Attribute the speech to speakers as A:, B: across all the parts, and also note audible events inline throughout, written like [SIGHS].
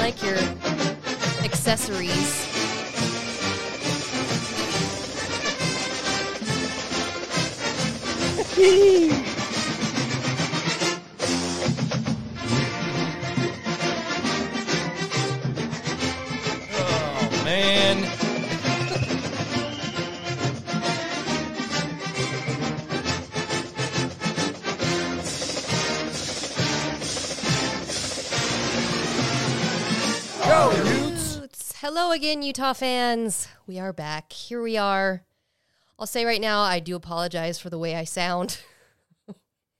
A: like your accessories.
B: Oh man. Go
A: Oh,
B: Utes!
A: Boots. Hello again, Utah fans. We are back. Here we are. I'll say right now, I do apologize for the way I sound.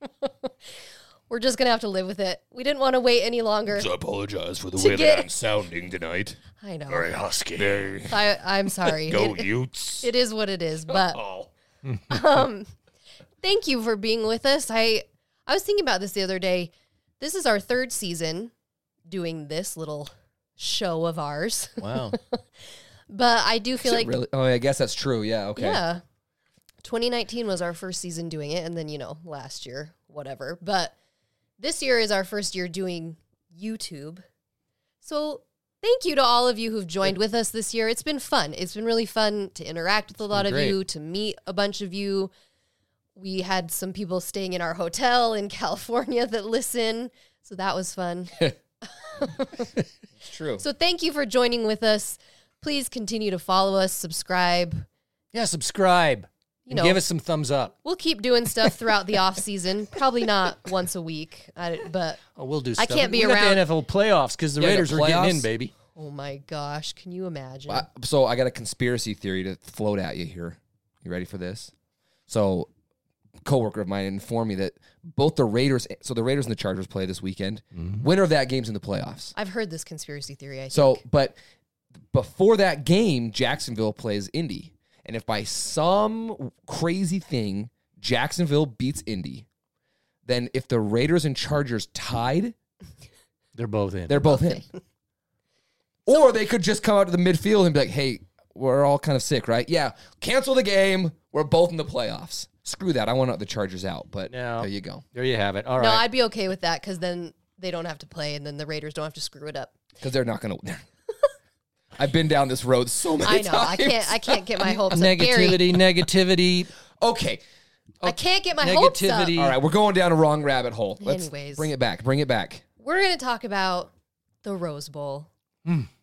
A: [LAUGHS] We're just going to have to live with it. We didn't want to wait any longer.
B: I apologize for the
A: To
B: way
A: get-
B: that I'm sounding tonight.
A: I know.
B: Very husky. Very.
A: I, I'm sorry.
B: Go
A: It-
B: Utes!
A: it is what it is, but um,
B: oh.
A: thank you for being with us. I I was thinking about this the other day. This is our third season doing this little show of ours, [LAUGHS]
C: Wow.
A: but I do feel
C: Is it
A: like
C: really? Oh, I guess that's true. Yeah. Okay.
A: yeah, 2019 was our first season doing it, and then you know last year whatever, but this year is our first year doing YouTube. So thank you to all of you who've joined with us this year. It's been fun. It's been really fun to interact with a lot of
C: great.
A: you, to meet a bunch of you. We had some people staying in our hotel in [LAUGHS] California that listen. So that was
C: [LAUGHS]
A: fun.
C: It's true.
A: so thank you for joining with us. Please continue to follow us, subscribe.
C: yeah. Subscribe.
A: You
C: and
A: know,
C: give us some thumbs up.
A: we'll keep doing stuff throughout the off season. Probably not once a week, I, but
C: Oh, we'll do.
A: I
C: Stuff.
A: can't be
C: We got
A: around-
C: the NFL playoffs because the
B: Yeah, the
C: Raiders are getting in,
B: playoffs.
C: baby.
A: oh my gosh, can you imagine?
C: I- so I got a conspiracy theory to float at you here. You ready for this? So, a coworker of mine informed me that both the Raiders, so the Raiders and the Chargers play this weekend. Winner of that game's in the playoffs.
A: I've heard this conspiracy theory. I think.
C: So, but before that game, Jacksonville plays Indy, and if by some crazy thing Jacksonville beats Indy, then if the Raiders and Chargers tied,
D: They're both in.
C: they're both in. [LAUGHS] Or they could just come out to the midfield and be like, "Hey, we're all kind of sick, right? Yeah, cancel the game. We're both in the playoffs. Screw that. I want the Chargers out." But
D: No.
C: there you go.
D: there you have it. All right.
A: No, I'd be okay with that because then they don't have to play, and then the Raiders don't have to screw
D: [LAUGHS]
A: it up.
C: because they're not going to. [LAUGHS] I've been down this road so many
A: I know. I
C: times.
A: can't. I can't get my hopes up. Gary, [LAUGHS]
D: negativity, negativity.
C: [LAUGHS] Okay.
A: I can't get my hopes up.
D: Negativity.
C: All right, we're going down a wrong rabbit hole. Let's
A: Anyways.
C: bring it back. Bring it back.
A: We're going to talk about the Rose Bowl.
D: Mm.
A: [SIGHS]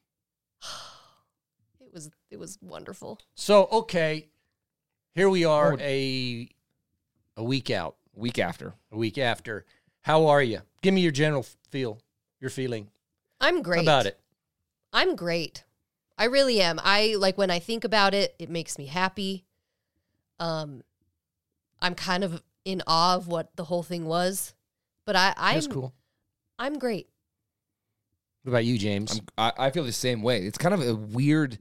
A: It was. It was wonderful.
D: So okay, here we are
C: Oh.
D: a a week out,
C: Week after.
D: a week after. How are you? Give me your general feel, your feeling
A: I'm great
D: about it.
A: I'm great. I really am. I like when I think about it, it makes me happy. Um, I'm kind of in awe of what the whole thing was, but I, I'm
D: That's cool.
A: I'm great.
D: What about you, James?
C: I'm, I, I feel the same way. It's kind of a weird,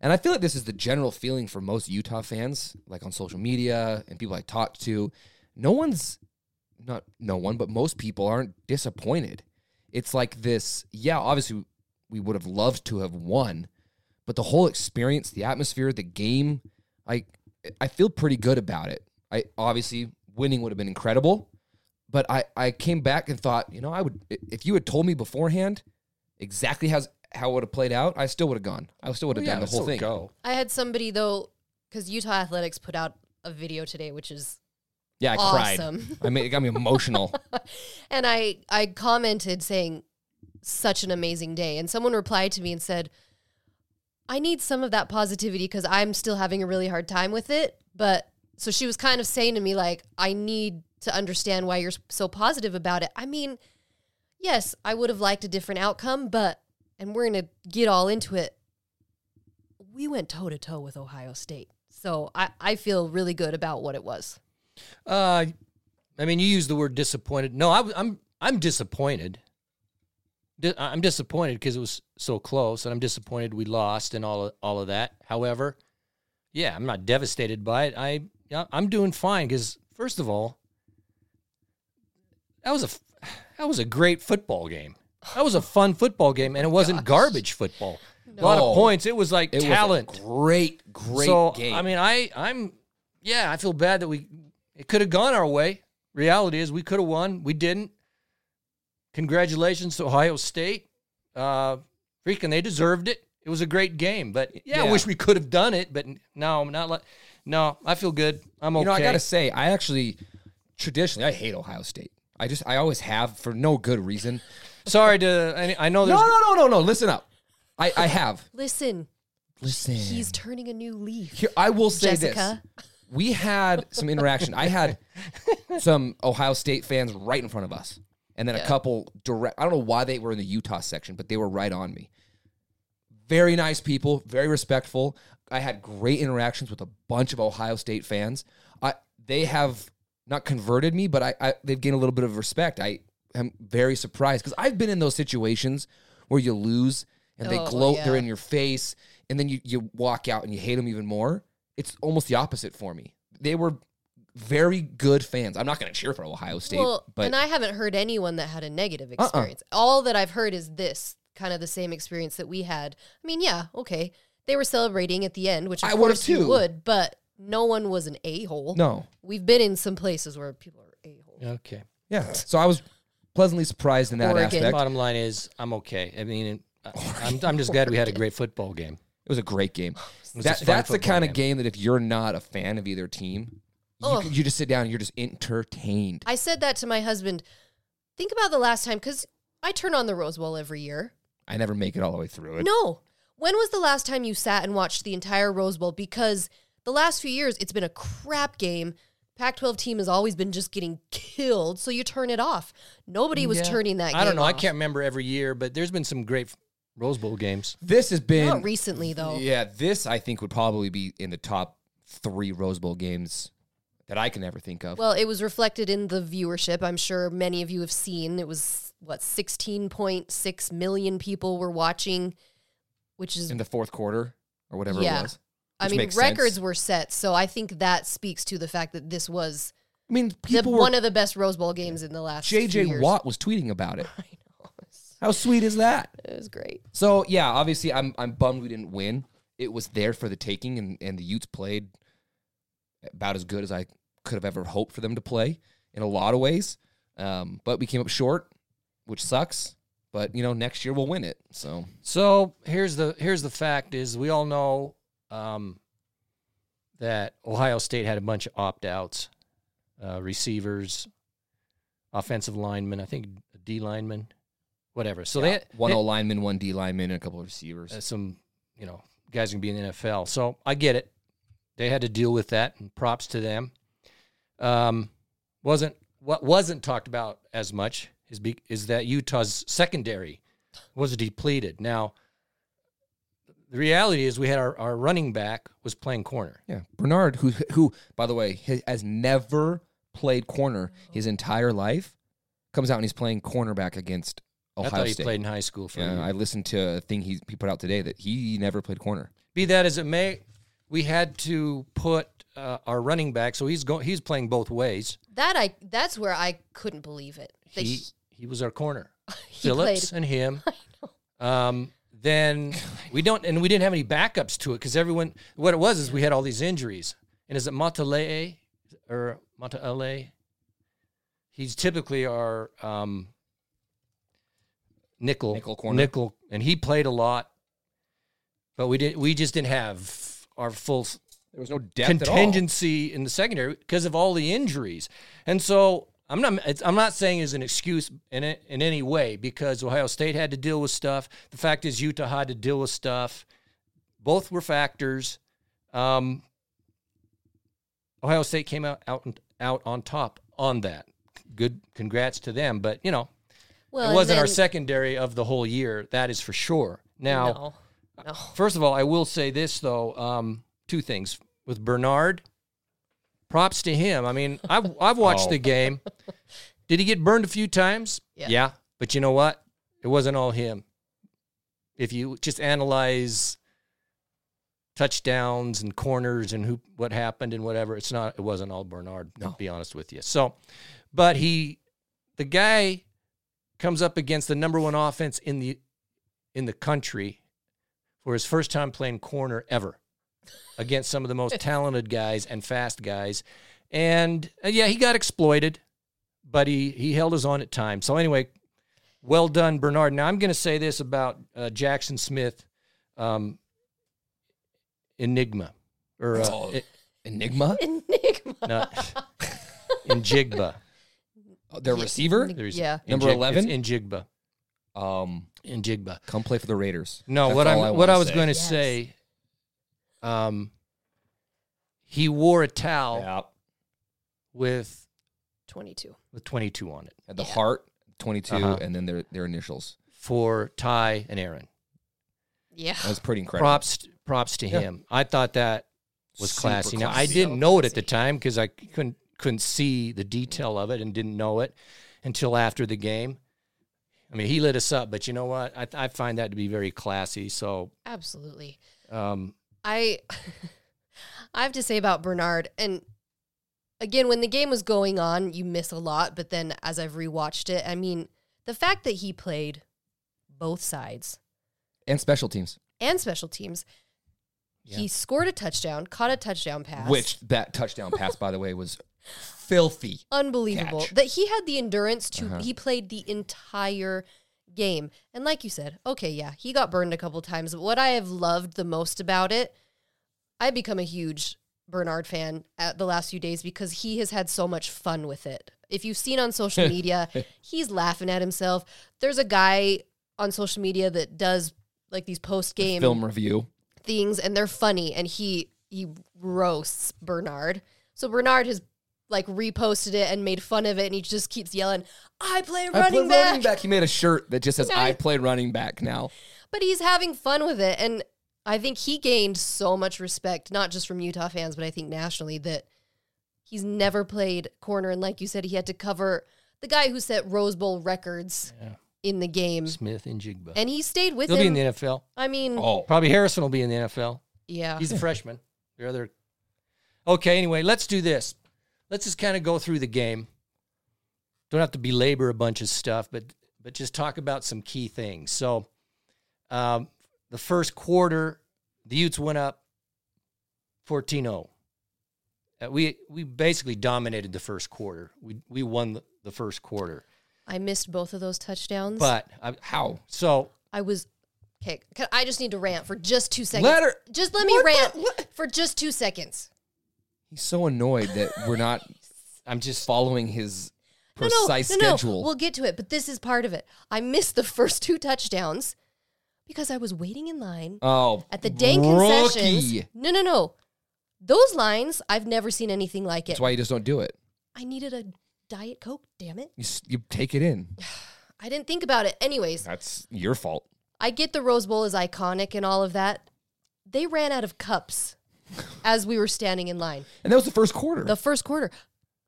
C: and I feel like this is the general feeling for most Utah fans, like on social media and people I talk to. No one's, not no one, but most people aren't disappointed. It's like this, yeah, obviously we would have loved to have won, but the whole experience, the atmosphere, the game, I, I feel pretty good about it. I obviously winning would have been incredible, but I, I came back and thought, you know, I would if you had told me beforehand exactly how how it would have played out, I still would have gone. I still would have
D: Oh, Yeah,
C: done the
D: let's
C: whole
D: still
C: thing.
D: Go.
A: I had somebody though, because Utah Athletics put out a video today, which is
C: Yeah, I cried.
A: awesome. [LAUGHS]
C: I mean, it got me emotional.
A: And I I commented saying, "Such an amazing day." And someone replied to me and said, "I need some of that positivity because I'm still having a really hard time with it." But so she was kind of saying to me like, "I need to understand why you're so positive about it." I mean, yes, I would have liked a different outcome, but and we're going to get all into it. We went toe to toe with Ohio State. So I, I feel really good about what it was.
D: Uh, I mean, you use the word disappointed. No, I, I'm I'm disappointed. Di- I'm disappointed because it was so close, and I'm disappointed we lost and all of, all of that. However, yeah, I'm not devastated by it. I yeah, I'm doing fine because first of all, that was a f- that was a great football game. That was a fun football game, and it
C: [LAUGHS]
D: wasn't garbage football. A lot
C: No.
D: of points. It was like
C: Oh. It
D: talent
C: was a great, great
D: so,
C: game.
D: I mean, I I'm yeah, I feel bad that we it could have gone our way. Reality is we could have won, we didn't. Congratulations to Ohio State. Uh, freaking, they deserved it. It was a great game, but yeah,
C: Yeah.
D: I wish we could have done it. But n- no, I'm not like no. I feel good. I'm okay.
C: You know, I gotta say, I actually traditionally I hate Ohio State. I just I always have for no good reason.
D: Sorry to. I, I know
C: No,
D: there's.
C: no, no, no, no. Listen up. I I have.
A: Listen,
C: Listen.
A: he's turning a new leaf.
C: Here, I will say
A: Jessica.
C: this. We had some interaction. I had some Ohio State fans right in front of us. And then a couple direct I don't know why they were in the Utah section, but they were right on me. Very nice people, very respectful. I had great interactions with a bunch of Ohio State fans. I they have not converted me, but I, I they've gained a little bit of respect. I am very surprised because I've been in those situations where you lose and they
A: Oh,
C: gloat, they're
A: yeah.
C: in your face, and then you you walk out and you hate them even more. It's almost the opposite for me. They were very good fans. I'm not going to cheer for Ohio State,
A: Well,
C: but
A: and I haven't heard anyone that had a negative
C: Uh-uh.
A: experience. All that I've heard is this kind of the same experience that we had. I mean, yeah, okay. They were celebrating at the end, which of
C: I would've
A: course you
C: too.
A: would, but no one was an a hole.
C: no,
A: We've been in some places where people are a hole.
D: Okay.
C: yeah. So I was pleasantly surprised in that
A: Oregon.
C: aspect.
D: Bottom line is, I'm okay.
C: [LAUGHS]
D: I mean, I- I'm, I'm just glad we had a great football game.
C: It was a great game.
D: was
C: That-
D: a fun
C: that's the
D: football
C: kind
D: game.
C: of game that if you're not a fan of either team, you,
A: Ugh.
C: you just sit down and you're just entertained.
A: I said that to my husband. Think about the last time, because I turn on the Rose Bowl every year.
C: I never make it all the way through it.
A: No. When was the last time you sat and watched the entire Rose Bowl? Because the last few years, it's been a crap game. Pac 12 team has always been just getting killed, so you turn it off. Nobody was turning that game
D: I don't know. I
A: off.
D: can't remember every year, but there's been some great Rose Bowl games.
C: This has been
A: Not recently, though.
C: Yeah, this I think would probably be in the top three Rose Bowl games that I can ever think of.
A: Well, it was reflected in the viewership. I'm sure many of you have seen. It was, what, 16.6 million people were watching, which is
C: in the fourth quarter or whatever
A: Yeah.
C: it was.
A: I
C: Which
A: mean,
C: makes sense.
A: records were set, so I think that speaks to the fact that this was
C: I mean,
A: the,
C: people were.
A: one of the best Rose Bowl games in the last. few
C: JJ
A: years.
C: Watt was tweeting about it.
A: [LAUGHS] I know
C: How sweet is that?
A: it was great.
C: So yeah, obviously I'm I'm bummed we didn't win. It was there for the taking, and and the Utes played about as good as I could have ever hoped for them to play in a lot of ways. Um, but we came up short, which sucks. But you know, next year we'll win it. So
D: So here's the here's the fact: is we all know um, that Ohio State had a bunch of opt outs, uh, receivers, offensive linemen. I think D linemen, whatever. So they
C: one
D: they-
C: O lineman, one D lineman, and a couple of receivers.
D: uh, some you know guys can be in the NFL. So I get it. They had to deal with that, and props to them. Um, wasn't what wasn't talked about as much is be, is that Utah's secondary was depleted. Now, the reality is we had our, our running back was playing corner.
C: Yeah, Bernard, who who by the way ha- has never played corner his entire life, comes out and he's playing cornerback against Ohio
D: I thought he
C: State.
D: played in high school for.
C: Yeah, I listened to a thing he, he put out today that he never played corner.
D: be that as it may, we had to put uh, our running back. So he's going. He's playing both ways.
A: That I that's where I couldn't believe it. That
D: he, he was our corner.
A: he
D: Phillips
A: played. [LAUGHS]
D: and him. Um, then we don't, and we didn't have any backups to it because everyone. What it was is we had all these injuries. And is it Matale or Matale? He's typically our um, nickel,
C: Nickel corner.
D: nickel, and he played a lot, but we didn't. We just didn't have our full s-
C: There was no depth
D: contingency in the secondary because of all the injuries. And so I'm not it's, I'm not saying as an excuse in it, in any way because Ohio State had to deal with stuff. The fact is Utah had to deal with stuff. Both were factors. Um, Ohio State came out out and- out on top on that. Good congrats to them, but you know,
A: well,
D: it
A: and
D: wasn't our
A: then-
D: secondary of the whole year, that is for sure. Now,
A: No, no.
D: First of all, I will say this though: um, two things with Bernard. Props to him. I mean, I've I've watched
C: Oh.
D: the game. Did he get burned a few times?
A: Yeah.
D: but you know what? It wasn't all him. If you just analyze touchdowns and corners and who what happened and whatever, it's not. It wasn't all Bernard. To be honest with you. So, but he, the guy, comes up against the number one offense in the in the country for his first time playing corner ever against some of the most talented guys and fast guys. And uh, yeah, he got exploited, but he, he held his own at times. So anyway, Well done, Bernard. Now I'm going to say this about uh, Jackson Smith, um, Enigma, or uh,
C: Oh. Enigma,
A: [LAUGHS] Enigma.
D: no,
A: [LAUGHS]
D: Injigba.
C: their
A: Yeah.
C: receiver.
D: There's-
A: Yeah.
C: Number
D: Injig-
C: 11?
D: it's Injigba.
C: Um,
D: Injigba.
C: come play for the Raiders.
D: No,
C: That's
D: what I'm
C: all I
D: what
C: wanna
D: I was
C: say.
D: going to
A: Yes.
D: say. Um, he wore a towel
C: Yeah,
D: with
A: 22.
D: with 22 on it
C: at the
A: Yeah.
C: heart, twenty-two,
D: Uh-huh.
C: and then their their initials.
D: for Ty and Aaron.
A: Yeah.
C: That was pretty incredible.
D: Props props to
C: Yeah.
D: him. I thought that was
C: Super
D: classy. Now I
C: classy.
D: didn't
A: So
D: know it at the
A: classy.
D: time because I couldn't couldn't see the detail of it and didn't know it until after the game. I mean, he lit us up, but you know what? I, I find that to be very classy. So,
A: Absolutely.
D: um,
A: I [LAUGHS] I have to say about Bernard and again when the game was going on you miss a lot but then as I've rewatched it I mean the fact that he played both sides
C: and special teams,
A: and special teams he scored a touchdown caught a touchdown pass
C: which that touchdown pass, by the way, was filthy.
A: unbelievable
C: catch.
A: that he had the endurance to
C: Uh-huh.
A: he played the entire game and like you said okay yeah he got burned a couple times but what i have loved the most about it i become a huge bernard fan at the last few days because he has had so much fun with it if you've seen on
C: [LAUGHS]
A: social media he's laughing at himself there's a guy on social media that does like these post game
C: Film review.
A: things and they're funny and he he roasts Bernard. So Bernard has like reposted it and made fun of it and he just keeps yelling, "I play running,
C: I play
A: back.
C: running back. He made a shirt that just says,
A: Yeah.
C: "I play running back now."
A: But he's having fun with it and I think he gained so much respect not just from Utah fans but I think nationally that he's never played corner and like you said he had to cover the guy who set Rose Bowl records
D: Yeah.
A: in the game
D: Smith and Jigba.
A: Mm-hmm. and he stayed with
D: He'll be
A: him.
D: in the NFL.
A: I mean,
C: Oh,
D: Probably Harrison will be in the NFL.
A: yeah.
D: He's a freshman. Your other. Okay. Anyway, let's do this. Let's just kind of go through the game. Don't have to belabor a bunch of stuff, but but just talk about some key things. So, um, the first quarter, the Utes went up 14-0. Uh, we we basically dominated the first quarter. We we won the, the first quarter,
A: I missed both of those touchdowns.
D: but I,
C: how?
D: so
A: I was okay. Can, I just need to rant for just two seconds.
C: Let her-
A: Just let me
C: What the-
A: rant
C: what?
A: for just two seconds.
C: He's so annoyed that we're not
D: I'm just
C: following his
A: No, no,
C: precise
A: no, no.
C: schedule.
A: We'll get to it, but this is part of it. I missed the first two touchdowns because I was waiting in line
C: oh,
A: at the dang concessions.
C: rookie.
A: No, no, no. Those lines, I've never seen anything like it.
C: That's why you just don't do it.
A: I needed a diet coke. Damn it!
C: You, s- you take
A: [SIGHS]
C: it in.
A: I didn't think about it. Anyways,
C: That's your fault.
A: I get the Rose Bowl is iconic and all of that. They ran out of cups as we were standing in line.
C: And that was the first quarter.
A: the first quarter.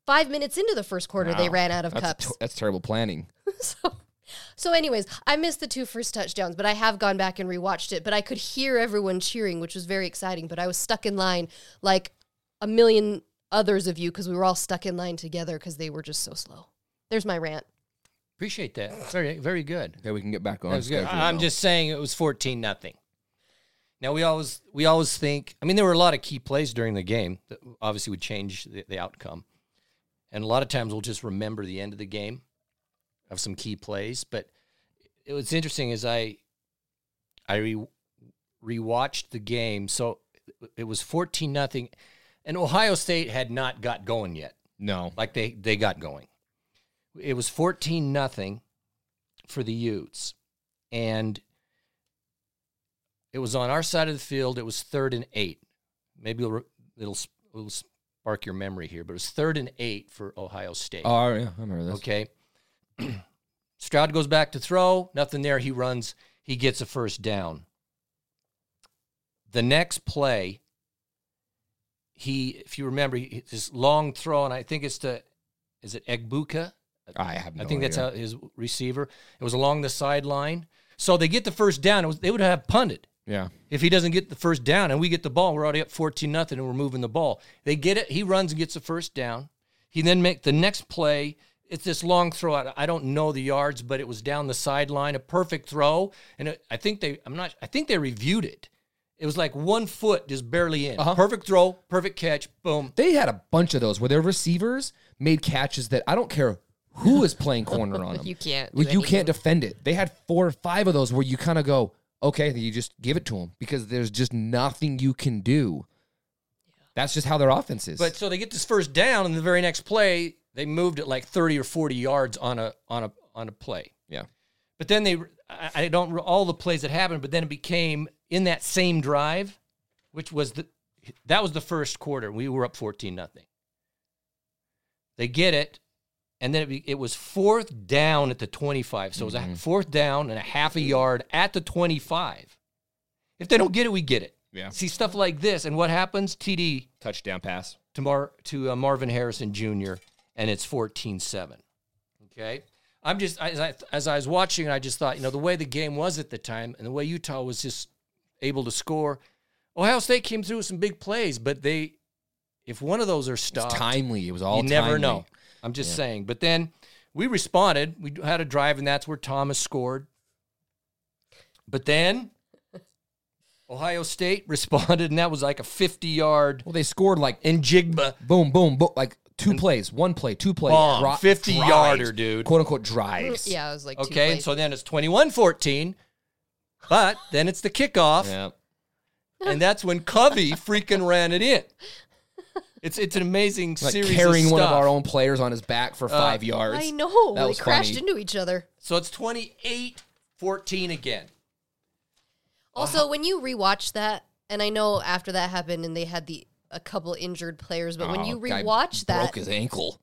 A: Five minutes into the first quarter, they
C: Wow.
A: ran out of
C: that's
A: cups.
C: t- that's terrible planning.
A: [LAUGHS] so, so, anyways, I missed the two first touchdowns, but I have gone back and rewatched it. But I could hear everyone cheering, which was very exciting. But I was stuck in line like a million others of you because we were all stuck in line together because they were just so slow. There's my rant.
D: appreciate that. Very very good.
C: Okay, we can get back on.
D: That was good.
C: schedule
D: I- I'm
C: now.
D: just saying it was 14 nothing. Now we always we always think. I mean, there were a lot of key plays during the game that obviously would change the, the outcome, and a lot of times we'll just remember the end of the game of some key plays. But it was interesting as I I re, rewatched the game, so it was 14 nothing, and Ohio State had not got going yet
C: no.
D: like they they got going. It was 14 nothing for the Utes and it was on our side of the field. It was 3rd and 8. Maybe it'll it'll, it'll spark your memory here, but it was 3rd and 8 for Ohio State.
C: Oh yeah, I remember this.
D: Okay. [CLEARS THROAT] Stroud goes back to throw. Nothing there. He runs. He gets a first down. The next play, he, if you remember, he- his long throw, and I think it's to, is it Egbuka?
C: I have. No
D: I think that's
C: idea.
D: how his receiver. It was along the sideline. So they get the first down. It was, they would have punted
C: Yeah.
D: if he doesn't get the first down and we get the ball, we're already up 14 nothing and we're moving the ball. They get it. He runs and gets the first down. He then make the next play. It's this long throw out. I don't know the yards, but it was down the sideline, a perfect throw. And it, I think they, I'm not, I think they reviewed it. It was like one foot just barely in.
C: Uh-huh.
D: Perfect throw, perfect catch, boom.
C: They had a bunch of those where their receivers made catches that I don't care who is playing
E: [LAUGHS]
C: corner on them?
E: You can't do
C: Well, you can't
E: anything.
C: defend it. They had four or five of those where you kind of go, okay, you just give it to them because there's just nothing you can do. That's just how their offense is.
D: But so they get this first down, and the very next play, they moved it like thirty or forty yards on a on a on a play.
C: yeah,
D: But then they, I, I don't re- all the plays that happened. But then it became in that same drive, which was the that was the first quarter. We were up fourteen nothing. They get it, and then it, be- it was fourth down at the twenty five. So it was a fourth down and a half a yard at the twenty five. If they don't get it, we get it.
C: Yeah.
D: See stuff like this, and what happens? TD
C: touchdown pass.
D: to Mar to uh, Marvin Harrison Jr. and it's 14-7. Okay, I'm just as I as I was watching, I just thought you know the way the game was at the time and the way Utah was just able to score. Ohio State came through with some big plays, but they if one of those are
C: It's
D: stopped,
C: timely. It was all.
D: you never
C: timely.
D: know. I'm just saying. But then we responded. We had a drive, and that's where Thomas scored. But then. Ohio State [LAUGHS] responded, and that was like a 50 yard
C: Well, they scored like
D: Njigba
C: boom, boom, boom, like two plays, one play, two plays,
D: Bomb.
C: dri-
D: 50
C: drives,
D: yarder, dude.
C: quote unquote drives.
A: Mm,
E: Yeah, I was like, two
D: Okay, and
E: plays.
D: so then it's 21 14, but then it's the kickoff,
C: yeah.
D: and that's when Covey freaking ran it in. It's it's an amazing
C: Like
D: series.
C: carrying
D: of
C: one of
D: stuff. Uh,
C: our own players on his back for five yards.
A: I know.
C: That
A: They
C: was
A: crashed
C: funny.
A: into each other.
D: So it's 28 14 again.
A: Also, when you rewatch that, and I know after that happened and they had the a couple injured players, but when
C: Oh,
A: you
C: guy
A: rewatch that,
C: broke his ankle.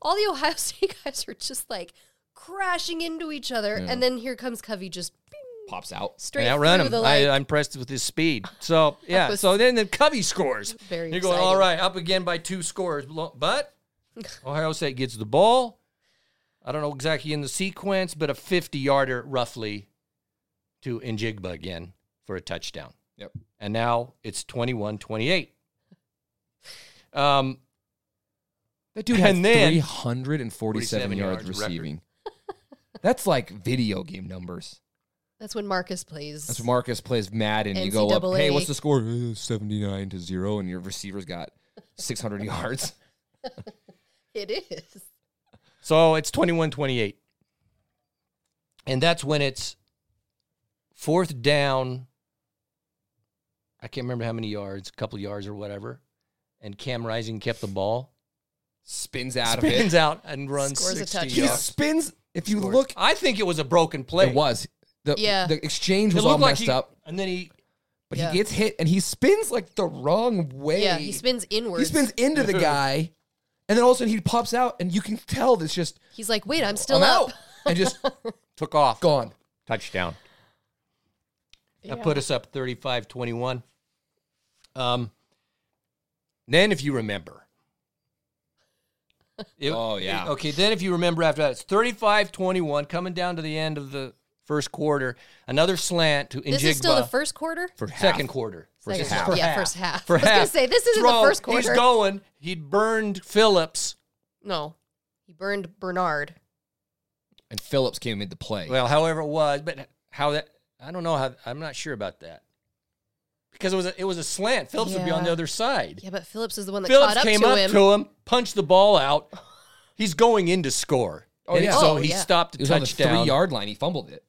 A: all the Ohio [LAUGHS] State guys are just like crashing into each other, and then here comes Covey just bing,
C: pops out.
A: straight
D: and
A: through
D: outrun him.
A: the
D: I, uh,
A: line.
D: I'm impressed with his
A: [LAUGHS]
D: speed. So yeah.
A: was-
D: so then the Covey scores.
A: Very
D: You're going
A: exciting.
D: all right up again by two scores, Lo-
A: [LAUGHS]
D: but Ohio State gets the ball. I don't know exactly in the sequence, but a 50 yarder roughly to Njigba again for a touchdown.
C: Yep.
D: And now it's 21 28. Um,
C: That [LAUGHS] dude had
D: And then-
C: 347
D: 47
C: yards
D: yards
C: receiving. [LAUGHS] That's like video game numbers.
A: That's when Marcus plays.
C: That's when Marcus plays Madden. You go up,
A: NCAA.
C: hey, what's the score? Uh, 79 to 0, and your receiver's got
A: [LAUGHS]
C: 600 yards.
A: it is.
D: So it's 21 28. And that's when it's fourth down. I can't remember how many yards, a couple yards or whatever. And Cam Rising kept the ball,
C: Spins out
D: spins
C: of it.
D: out [LAUGHS] and runs
A: Scores a
D: 60
A: touchdown.
C: He
D: yards.
C: spins. If you look,
D: I think it was a broken play.
C: it was. The,
A: Yeah.
C: the exchange
D: It
C: was
D: looked
C: all
D: like
C: messed
D: he-
C: up,
D: And then he
C: but
A: Yeah.
C: he gets hit and he spins like the wrong way.
A: Yeah, he spins
C: He
A: inwards.
C: spins into [LAUGHS] the guy, and then all of a sudden he pops out, and you can tell that's just
A: He's like, wait, I'm still
C: I'm
A: up.
C: out, and just
A: [LAUGHS]
D: took off.
C: gone.
D: touchdown. That put us up 35 21. Um, then, if you
A: [LAUGHS]
D: remember. It-
C: Oh, yeah.
D: Okay, then if you remember after that, it's 35 21, coming down to the end of the first quarter. Another slant to Njigba.
A: This is still the first quarter.
C: For
D: second quarter.
A: Second
D: This is
A: half.
D: for
A: Yeah, first half.
D: For
A: I was gonna
D: half.
A: say, this isn't the
D: Throw.
A: first
D: He's
A: quarter.
D: going. He burned Phillips.
A: No, he burned Bernard.
C: and Phillips came into play.
D: Well, however it was, but how that I don't know how I'm not sure about that because it was a, it was a slant. Phillips would be on the
A: Yeah.
D: other side.
A: Yeah, but Phillips is the one that
D: Phillips
A: caught up
D: came
A: to
D: up
A: him.
D: to him, punched the ball out. He's going in to score.
C: Oh,
D: And
C: yeah.
D: So
A: Oh,
D: he
A: yeah.
D: stopped
C: it
D: a
C: was on the three
D: touchdown
C: yard line. He fumbled it.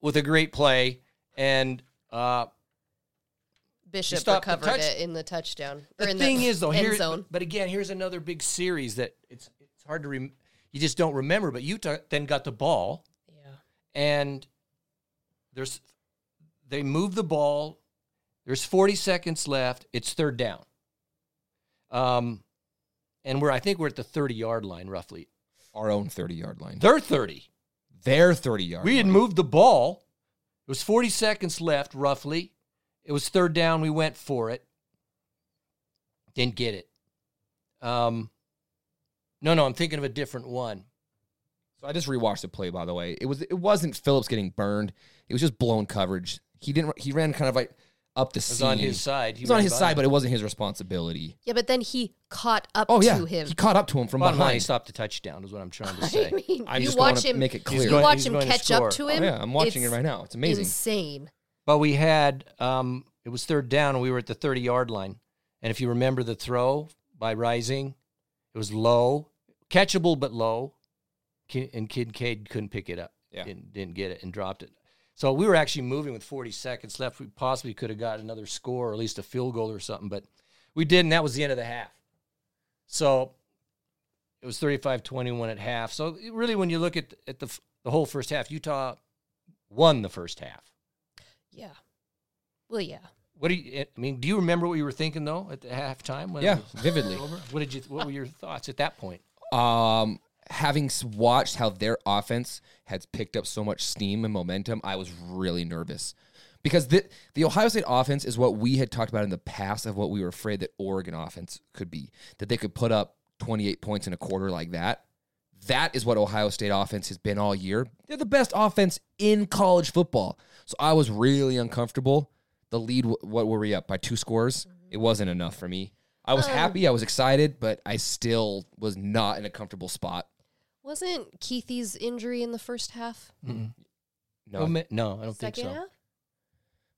D: with a great play, and uh,
A: Bishop
D: stopped the
A: recovered
D: touch-
A: it in the touchdown. or
D: the
A: in
D: thing
A: the
D: is though
A: end
D: here
A: zone.
D: but again here's another big series that it's it's hard to rem- you just don't remember but utah then got the ball yeah and there's they move the ball there's 40 seconds left it's third down um and we're i think we're at the 30 yard line roughly
C: Our own thirty yard line.
D: they're 30
C: Their thirty yard.
D: we had
C: line.
D: moved the ball. It was 40 seconds left, roughly. It was third down. We went for it. Didn't get it. Um, no, no, I'm thinking of a different one.
C: So I just rewatched the play. By the way, it was it wasn't Phillips getting burned. It was just blown coverage. He didn't. He ran kind of like up the
D: It was
C: seam.
D: on his side.
C: It was on
D: ran
C: his
D: by
C: side,
D: him.
C: but it wasn't his responsibility.
A: yeah, but then he caught up
C: Oh yeah,
A: to him.
C: he caught up to him from
D: Bottom line, he
C: behind.
D: stopped the touchdown. Is what I'm trying
A: [LAUGHS]
D: to
A: I
D: say.
A: mean,
C: [LAUGHS] I
A: you
C: just wanna
A: watch him
C: make it
D: He's
A: You
C: clear.
D: going-
A: watch
D: he's
A: him
D: going to
A: catch up
D: score.
A: to
C: Oh,
A: him.
C: yeah, I'm watching
A: It's
C: it right now. It's amazing.
A: Insane.
D: but we had, um, it was third down, and we were at the 30 yard line. And if you remember the throw by Rising, it was low, catchable but low. Ki- and Kincaid couldn't pick it up.
C: Yeah.
D: Didn't, didn't get it and dropped it. So we were actually moving with 40 seconds left. We possibly could have got another score or at least a field goal or something, but we didn't. That was the end of the half. So it was 35 21 at half. So it- really, when you look at, at the, f- the whole first half, Utah won the first half.
A: Yeah. Well, yeah.
D: What do you, eh, I mean, do you remember what you were thinking though at the halftime? When it
C: Yeah,
D: was
C: vividly.
D: over? What did you, what were your thoughts at that point?
C: Um, having s- watched how their offense has picked up so much steam and momentum, I was really nervous because the the Ohio State offense is what we had talked about in the past of what we were afraid that Oregon offense could be that they could put up 28 points in a quarter like that. That is what Ohio State offense has been all year. They're the best offense in college football. So I was really uncomfortable. The lead, w- what were we up by two scores? It wasn't enough for me. I was happy, I was excited, but I still was not in a comfortable spot.
A: Wasn't Keithy's injury in the first half?
C: No,
D: Oh, ma- no, I don't
A: Second
D: think so.
A: half?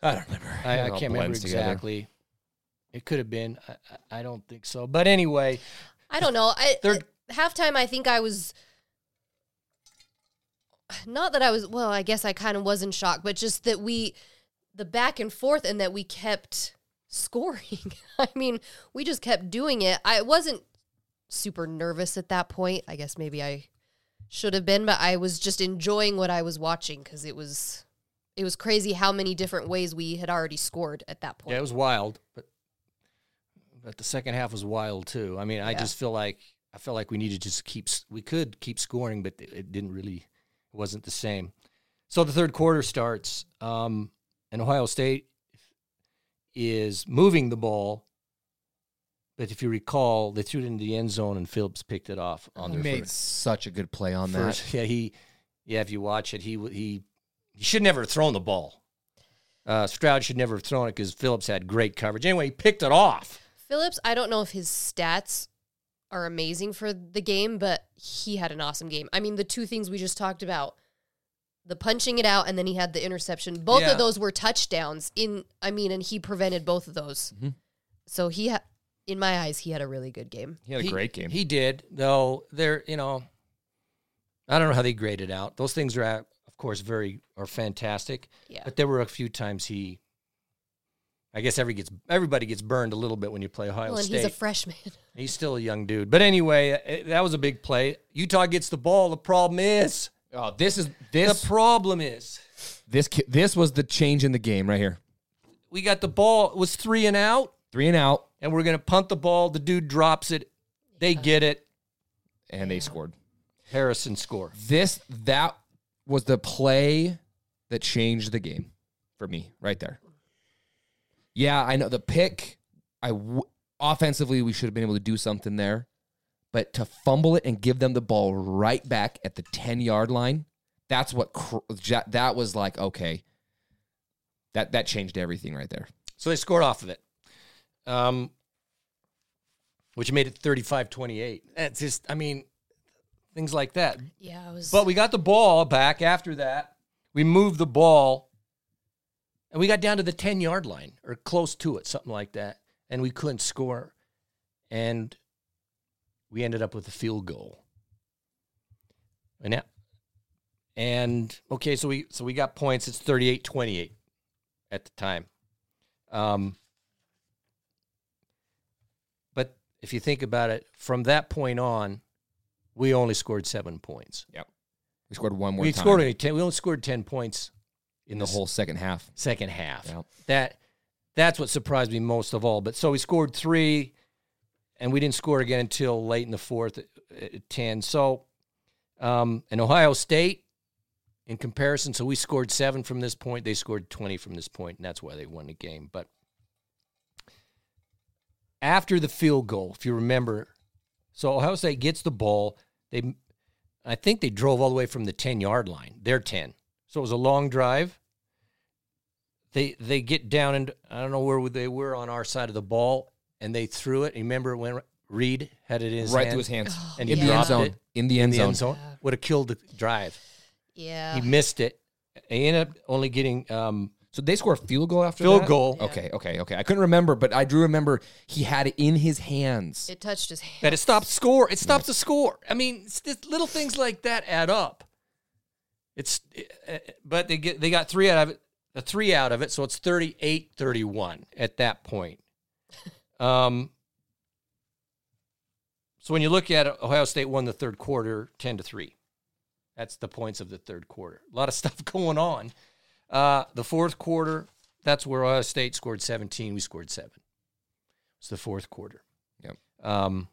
C: I don't remember.
D: I,
C: It
D: I
C: all
D: can't remember
C: blends together.
D: exactly. It could have been. I, I- I don't think so. But anyway,
A: I don't know. I,
D: Third-
A: at halftime, I think I was not that I was. Well, I guess I kind of was in shock, but just that we the back and forth and that we kept scoring. [LAUGHS] I mean, we just kept doing it. I wasn't super nervous at that point. I guess maybe I should have been, but I was just enjoying what I was watching because it was it was crazy how many different ways we had already scored at that point.
D: yeah, it was wild. But but the second half was wild too. I mean, I
A: Yeah.
D: just feel like I felt like we needed to just keep. s- We could keep scoring, but it, it didn't really. It wasn't the same. So the third quarter starts, um, and Ohio State is moving the ball. But if you recall, they threw it into the end zone, and Phillips picked it off on
C: He
D: their
C: made
D: first-
C: such a good play on that.
D: First- yeah, he, yeah. If you watch it, he w- he he should never have thrown the ball. Uh, Stroud should never have thrown it because Phillips had great coverage. Anyway, he picked it off.
A: Phillips, I don't know if his stats are amazing for the game, but he had an awesome game. I mean, the two things we just talked about, the punching it out and then he had the interception. Both
D: Yeah.
A: of those were touchdowns in I mean, and he prevented both of those.
C: Mm-hmm.
A: So he ha- in my eyes, he had a really good game.
C: He had a great game.
D: He did, though. They're you know, I don't know how they graded out. Those things are, uh, of course, very are fantastic.
A: Yeah.
D: But there were a few times he. I guess every gets everybody gets burned a little bit when you play Ohio
A: Well, and
D: State.
A: he's a freshman. [LAUGHS]
D: He's still a young dude. But anyway, uh, that was a big play. Utah gets the ball. The problem is
C: oh, this is
D: the
C: this
D: problem is
C: this ki- this was the change in the game right here.
D: we got the ball. It was three and out,
C: Three and out,
D: and we're gonna punt the ball. The dude drops it. They get it.
C: and they scored.
D: Harrison score.
C: This that was the play that changed the game for me right there. Yeah, I know the pick. I w- offensively we should have been able to do something there, but to fumble it and give them the ball right back at the ten yard line, that's what cr- ja- that was like. Okay, that that changed everything right there.
D: So they scored off of it. Um, which made it 35-28. That's just I mean, things like that.
A: Yeah, I was
D: But we got the ball back after that. We moved the ball and we got down to the 10 yard line or close to it, something like that. And we couldn't score. And we ended up with a field goal. And that, and okay, so we so we got points. It's 38 28 at the time. Um, but if you think about it, from that point on, we only scored seven points
C: We scored one more
D: we
C: time
D: scored only ten. We only scored ten points
C: in the whole second half.
D: second half.
C: Yeah.
D: That that's what surprised me most of all. But so we scored three, and we didn't score again until late in the fourth at, at ten. So, um, and Ohio State, in comparison, so we scored seven from this point. They scored twenty from this point, and that's why they won the game. But after the field goal, if you remember, so Ohio State gets the ball. They, I think they drove all the way from the ten yard line. They're ten, so it was a long drive they they get down and I don't know where they were on our side of the ball, and they threw it. Remember when Reed had it in his
C: right
D: hand?
C: through his hands
D: and
A: he
C: in the end
A: dropped
C: zone.
D: it
C: In the
D: in
C: end
D: the
C: zone.
D: end zone? Would have killed the drive.
A: yeah.
D: He missed it. He ended up only getting um,
C: So they score a field goal after
D: Field
C: that?
D: goal. Yeah.
C: Okay, okay, okay. I couldn't remember, but I do remember he had it in his hands.
A: It touched his hand.
D: That it stops score. It stops the score. I mean, it's just little things like that add up. It's, uh, but they get they got three out of it, a three out of it, so it's 38-31 at that point. Um. So when you look at it, Ohio State won the third quarter, ten to three. That's the points of the third quarter. A lot of [LAUGHS] stuff going on. Uh, the fourth quarter, that's where Ohio State scored seventeen. We scored seven. It's the fourth quarter.
C: Yep.
D: Um,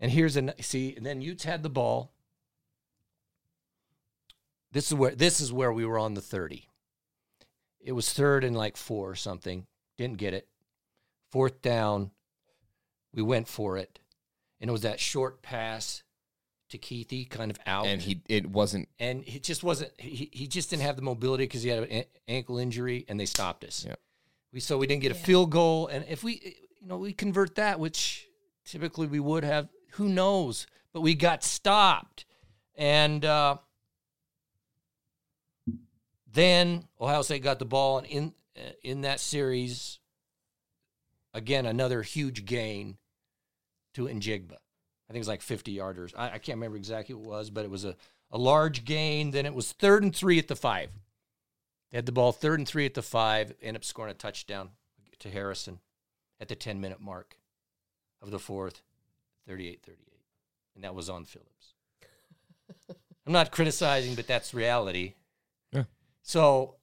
D: and here's an see, and then Utes had the ball. This is where this is where we were on the thirty. It was third and like four or something. Didn't get it. Fourth down. We went for it, and it was that short pass to Keithy, kind of out
C: And he it wasn't
D: and he just wasn't he, he just didn't have the mobility because he had an an- ankle injury and they stopped us
C: Yeah.
D: we so we didn't get a field goal and if we you know we convert that which typically we would have who knows but we got stopped and uh then ohio state got the ball and in uh, in that series again another huge gain to Njigba. I think it was like 50 yarders. I, I can't remember exactly what it was, but it was a, a large gain. Then it was third and three at the five. They had the ball third and three at the five, end up scoring a touchdown to Harrison at the 10 minute mark of the fourth, 38 38. And that was on Phillips. I'm not criticizing, but that's reality.
C: Yeah.
D: So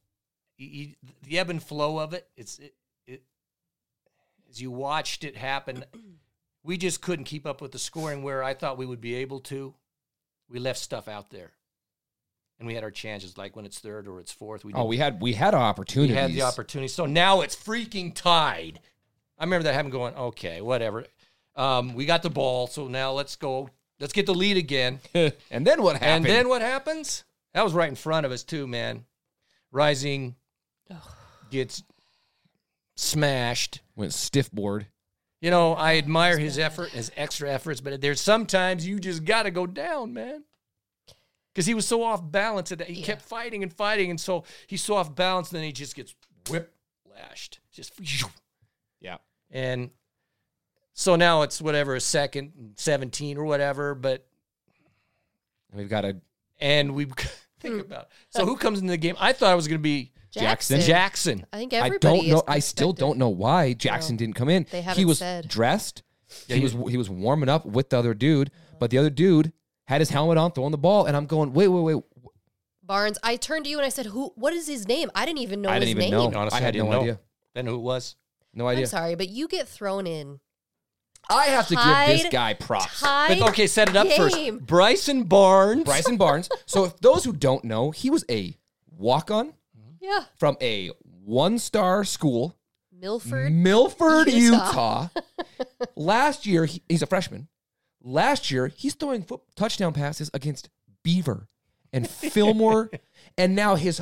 D: you, you, the ebb and flow of it, it's, it, it, as you watched it happen, [CLEARS THROAT] we just couldn't keep up with the scoring where I thought we would be able to. We left stuff out there. And we had our chances, like when it's third or it's fourth. We
C: Oh,
D: didn't
C: we had we had
D: we
C: opportunities.
D: had the opportunity. So now it's freaking tied. I remember that having going, okay, whatever. Um, we got the ball, so now let's go. Let's get the lead again.
C: [LAUGHS] and then what happened?
D: And then what happens? That was right in front of us too, man. Rising gets smashed.
C: went stiff board.
D: You know, I admire his effort, his extra efforts, but there's sometimes you just got to go down, man. Because he was so off balance that he kept fighting and fighting, and so he's so off balance, and then he just gets whip lashed, just
C: Yeah.
D: and so now it's whatever a second and seventeen or whatever, but
C: And we've got a
D: and we [LAUGHS] think about it. so who comes into the game? I thought it was going to be
C: Jackson.
D: Jackson.
A: I think
C: I
A: everybody.
C: don't
A: is
C: know I still
A: expected.
C: don't know why Jackson didn't come in.
A: They
C: he
A: haven't
C: was
A: said.
C: dressed.
D: Yeah,
C: he
D: he-
C: was he was warming up with the other dude,
A: Uh-huh.
C: but the other dude had his helmet on throwing the ball and I'm going, "Wait, wait, wait.
A: Barnes. I turned to you and I said, "Who? What is his name?" I didn't even know.
C: I didn't
A: his
C: even
A: name.
C: know. I had
D: didn't
C: no
D: know.
C: idea.
D: Then who it was?
C: No
A: I'm
C: idea."
A: sorry, but you get thrown in.
C: I have to give this
A: Tied-
C: guy props.
A: Tied.
D: But, okay, set it up
A: game.
D: first. Bryson Barnes.
C: Bryson Barnes. So if those who don't know, he was a walk-on
A: Yeah.
C: from a one-star school
A: Milford.
C: Mm. Milford, Utah.
A: Utah. [LAUGHS]
C: Last year, he- he's a freshman. Last year, he's throwing foot touchdown passes against Beaver
A: [LAUGHS]
C: and Fillmore. and now his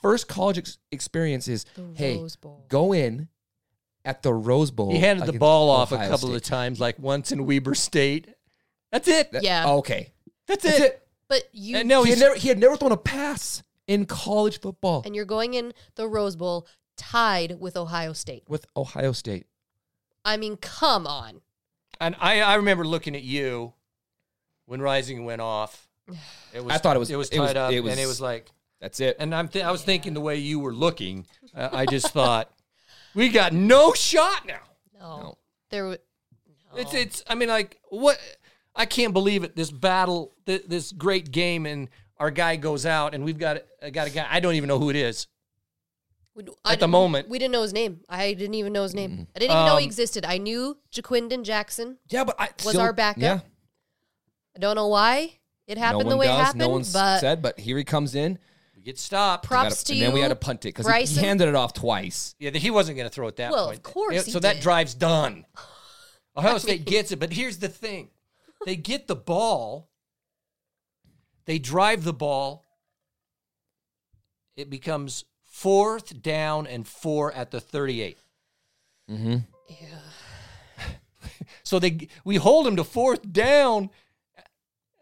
C: first college ex- experience is hey,
A: Rose Bowl.
C: go in at the Rose Bowl.
D: He handed the
C: against
D: ball off a
C: Ohio
D: couple of
C: State.
D: times, like once in Weber State. That's it.
C: That-
A: Yeah.
C: Oh, Okay.
D: That's,
C: That's
D: it.
C: it.
A: But you.
D: And no,
C: Oh, he,
D: he's
C: had never, he had never thrown a pass in college football
A: and you're going in the Rose Bowl tied with Ohio State.
C: with Ohio State.
A: I mean, come on.
D: and I, I remember looking at you when Rising went off. It was,
C: I thought it was-
D: it was
C: it
D: tied
C: was-
D: up,
C: it was-
D: and it was like,
C: That's it.
D: and I'm th- I was thinking the way you were looking, uh, I just thought we got no shot now.
A: No.
C: No.
A: There. w-
D: It's it's I mean like what I can't believe it. This battle, th- this great game, and our guy goes out, and we've got a- got a guy I don't even know who it is.
A: we-
D: At the
A: didn't-
D: moment.
A: we didn't know his name. I didn't even know his name.
C: Mm.
A: I didn't even know he
D: Um,
A: existed. I knew Jaquindon Jackson.
C: yeah, but I
A: Was our backup.
C: Yeah,
A: I don't know why it happened
C: no
A: the
C: one
A: way
C: does.
A: it happened,
C: no one's
A: but
C: said. But here he comes in.
D: We get stopped.
A: Props
C: Gotta-
A: to
C: and then we
A: you,
C: had to punt it because he,
A: Bryson.
C: handed it off twice.
D: Yeah, he wasn't going to throw it that
A: Well,
D: point.
A: of course
D: Yeah,
A: he
D: So that
A: did. [LAUGHS]
D: drive's done. Ohio State gets it, but here's the thing: they get the ball, they drive the ball. It becomes fourth down and four at the 38.
C: Mm-hmm.
D: [SIGHS] So they we hold them to fourth down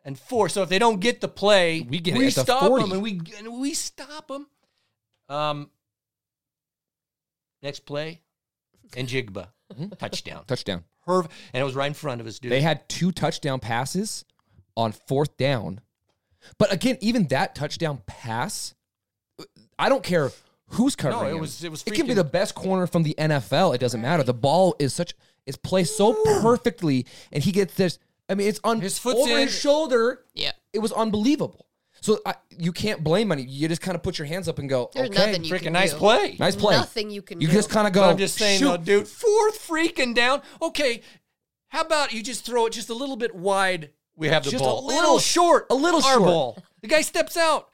D: and four. So if they don't get the play,
C: We get it
D: we
C: at the
D: stop
C: 40.
D: them and we and we stop them. Um, Next play, and Jigba touchdown.
C: Touchdown.
D: Herv, and it was right in front of us, dude.
C: They had two touchdown passes on fourth down. But again, even that touchdown pass, I don't care who's covering.
D: it
C: him.
D: was- it was
C: It can be
D: freaking-
C: the best corner from the NFL. It doesn't matter. The ball is such is placed so perfectly, and he gets this. I mean, it's on
D: His foot's
C: over
D: in.
C: his shoulder.
E: Yeah.
C: It was unbelievable. So I, you can't blame any. You just kind of put your hands up and go,
A: There's
C: okay,
A: nothing you
D: freaking
A: can
D: nice
A: do.
D: play.
C: nice play.
A: Nothing you can
C: You
A: do.
C: just kind of go.
D: But I'm just saying,
C: shoot.
D: though, dude, fourth freaking down. Okay, how about you just throw it just a little bit wide? We have the
C: Just a
D: ball
C: little-
D: short,
C: a little
D: our
C: short.
D: ball. The guy steps out.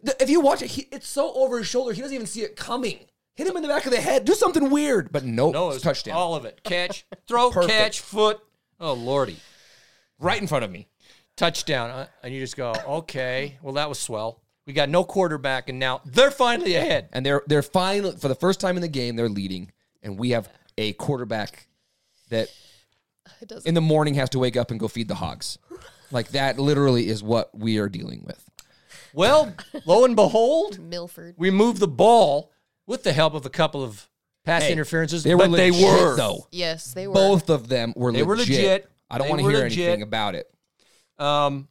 C: The- If you watch it, he, it's so over his shoulder, he doesn't even see it coming. Hit him in the back of the head. Do something weird. But nope,
D: No,
C: it's
D: it was
C: touchdown.
D: All of it. Catch, throw,
C: Perfect.
D: catch, foot. Oh lordy,
C: right in front of me.
D: touchdown! Uh, And you just go, okay. Well, that was swell. We got no quarterback, and now they're finally ahead.
C: And they're they're final for the first time in the game, they're leading. And we have a quarterback that
A: It doesn't.
C: in the morning has to wake up and go feed
A: [LAUGHS]
C: the hogs. Like that literally is what we are dealing with.
D: Well, lo and behold,
A: Milford.
D: we moved the ball with the help of a couple of pass interferences.
C: They were
D: but they
C: legit,
D: were
C: though.
A: Yes, they were.
C: Both of them were
D: They were
C: legit.
D: legit.
C: I don't
D: They
C: want to
D: were
C: hear
D: legit.
C: anything about it.
D: Um,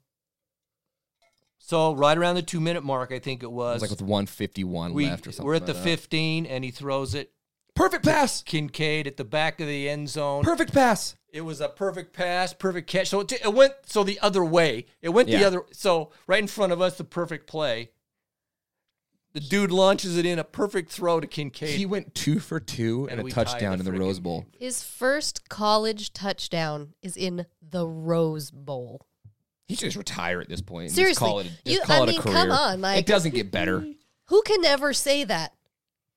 D: so right around the two minute mark, I think it
C: It was
D: was.
C: like with 151
D: we,
C: left or something.
D: we're at the
C: like that.
D: 15, and he throws it.
C: Perfect pass.
D: Kincaid at the back of the end zone.
C: Perfect pass.
D: It was a perfect pass, perfect catch. So it, it went so the other way. It went the
C: Yeah.
D: other. So right in front of us, the perfect play. The dude launches it in a perfect throw to Kincaid.
C: He went two for two
D: And
C: and,
D: we
C: a
D: tied
C: touchdown
D: the
C: in the
D: freaking
C: Rose Bowl.
D: game.
A: His first college touchdown is in the Rose Bowl.
C: He should just retire at this point. and just
A: Seriously.
C: call it, just
A: You-
C: call
A: I
C: it
A: mean,
C: a career.
A: come on, like-
C: it doesn't
A: [LAUGHS]
C: get better.
A: Who can ever say that?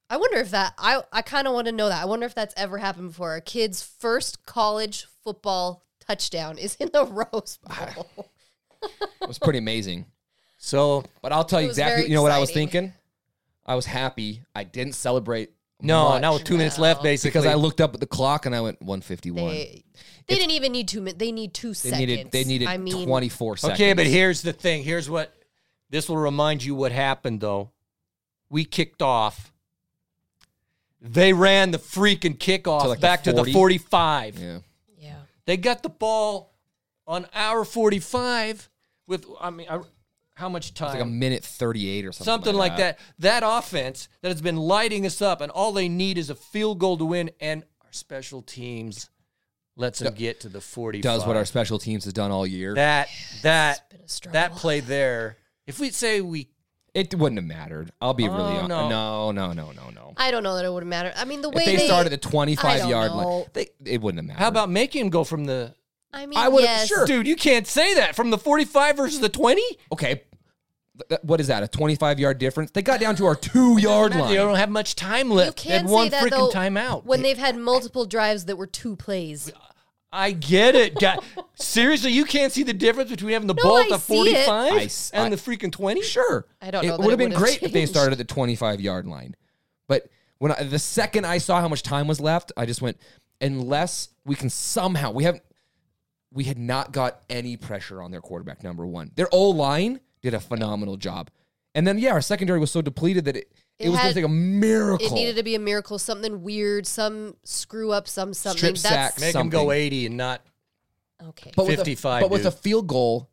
A: I wonder if that I I kind of want to know that. I wonder if that's ever happened before. A kid's first college football touchdown is in the [LAUGHS] Rose Bowl.
C: It was pretty amazing.
D: so
C: But I'll tell you
A: was
C: exactly.
A: very
C: You know what I was
A: exciting.
C: thinking? I was happy. I didn't celebrate.
D: no,
C: much
D: now with two minutes left, basically,
C: because I looked up at the clock and I went 151. They,
A: They, they didn't even need two minutes. They need two seconds.
C: needed they needed
A: I mean,
C: 24 seconds.
D: Okay, but here's the thing. Here's what this will remind you what happened though. We kicked off. They ran the freaking kickoff
C: To, like, the
D: back to the
C: 40?
D: 45.
C: yeah,
A: Yeah.
D: They got the ball on our 45 with I mean I, how much time?
C: it's like a minute 38 or something.
D: Something like that. that. offense that has been lighting us up, and all they need is a field goal to win, and our special teams lets them get to the 45.
C: Does what our special teams has done all year.
D: that
A: [SIGHS]
D: that
A: been a struggle.
D: that play there. [LAUGHS] If we say we
C: it wouldn't have mattered. I'll be really
D: Oh,
C: hon-
D: no.
C: no, no, no, no, no.
A: I don't know that it would matter. I mean, the way
C: If they, started at the
A: I
C: 25
A: don't
C: yard
A: know.
C: line, they, it wouldn't have mattered.
D: how about making him go from the
A: I mean,
C: I would've-
A: yes,
C: sure.
D: dude? You can't say that from the forty-five versus the twenty.
C: okay? th- th- What is that? A 25 yard difference? They got down to our two yard
D: They
C: line.
D: don't have much time left.
A: You
D: They had
A: can
D: one
A: say that
D: freaking
A: though,
D: timeout.
A: when they've had multiple drives that were two plays.
D: I get it.
A: [LAUGHS]
D: God, seriously, you can't see the difference between having the
A: No,
D: ball
A: I
D: at the
A: see it.
D: forty-five
C: I s-
D: and
C: I-
D: the freaking twenty.
C: Sure.
A: I don't
C: It
A: know that
C: would
A: it
C: have been
A: would've
C: great if they
A: changed.
C: started at the 25 yard line. But when I, the second I saw how much time was left, I just went, unless we can somehow, we haven't, we had not got any pressure on their quarterback, number one. Their O line did a phenomenal job. And then, yeah, our secondary was so depleted that it, it,
A: It
C: was going
A: had-
C: to take
A: It
C: a miracle.
A: needed to be a miracle, something weird, some screw up, some something.
C: Strip
A: That's
C: sack.
D: Make him
C: Something.
D: go eighty and not.
A: okay.
C: but with a,
D: 55,
C: But with
D: dude.
C: a field goal,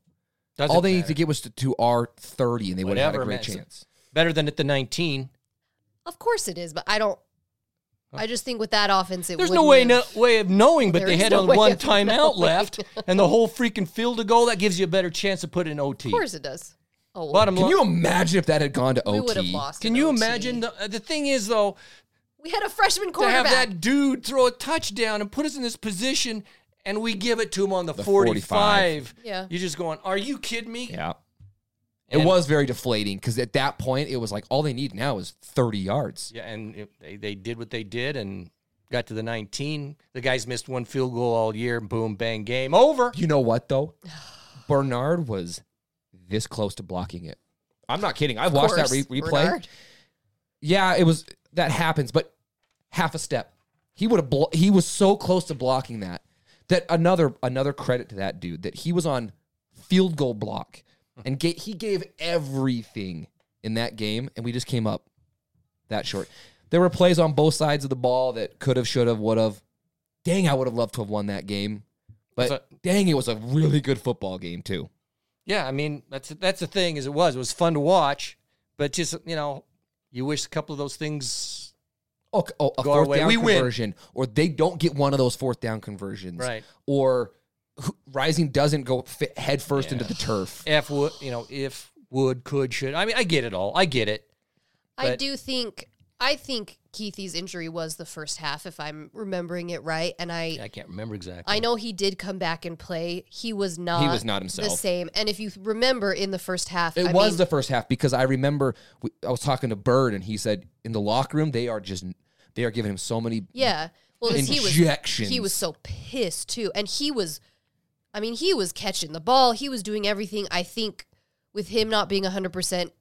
D: Doesn't
C: all they need
D: matter.
C: to get was to, to our 30, and they would have had
D: Whatever,
C: a great
D: man. So-
C: chance.
D: better than at the nineteen.
A: Of course it is, but I don't. I just think with that offense, it
D: There's no
A: wouldn't
D: way
A: have-
D: no way of knowing, but
A: There
D: they
A: is
D: had
A: no
D: on
A: way
D: one
A: of [LAUGHS]
D: timeout
A: knowing.
D: left and the whole freaking field to goal. That gives you a better chance to put it in OT.
A: Of course it does. Oh, well,
D: Bottom
C: Can
D: line.
C: you imagine if that had gone to
A: we
C: OT?
A: would have lost.
D: Can
A: in
D: you
A: OT.
D: imagine the uh, the thing is though
A: We had a freshman
D: to have
A: quarterback.
D: that dude throw a touchdown and put us in this position and we give it to him on the, 45.
C: 45.
A: Yeah.
D: You're just going, "Are you kidding me?"
C: Yeah.
D: And-
C: it was very deflating because at that point it was like all they need now is 30 yards.
D: Yeah, and it, they they did what they did and got to the 19. The guys missed one field goal all year. Boom, bang, game over.
C: You know
A: [SIGHS]
C: what though? Bernard was this close to blocking it. I'm not kidding. I've watched that
A: Course,
C: re- replay.
A: Bernard.
C: Yeah, it was that happens, but half a step. He would have blo- he was so close to blocking that. That another another credit to that dude that he was on field goal block
D: Hmm.
C: and ga- he gave everything in that game and we just came up that short. There were plays on both sides of the ball that could have, should have, would have. Dang, I would have loved to have won that game. But
D: So-
C: dang, it was a really good football game too.
D: Yeah, I mean that's that's the thing. Is it was it was fun to watch, but just you know, you wish a couple of those things.
C: Oh, c- oh, a
D: Go our
C: fourth
D: way.
C: down
D: We win.
C: conversion, or they don't get one of those fourth down conversions,
D: Right.
C: Or who- Rising doesn't go fi head first into the turf.
D: If would you know if would could should. I mean I get it all. I get it.
A: I
D: But-
A: do think I think Keithy's injury was the first half, if I'm remembering it right. And I
D: I can't remember exactly.
A: I know he did come back and play. He was not
C: was not himself.
A: the same. And if you remember in the first half,
C: It
A: I
C: was
A: mean,
C: the first half because I remember we, I was talking to Bird and he said in the locker room they are just they are giving him so many
A: yeah. Well, 'cause he was
C: Injections.
A: he was so pissed too, and he was, I mean, he was catching the ball. He was doing everything. I think with him not being hundred percent.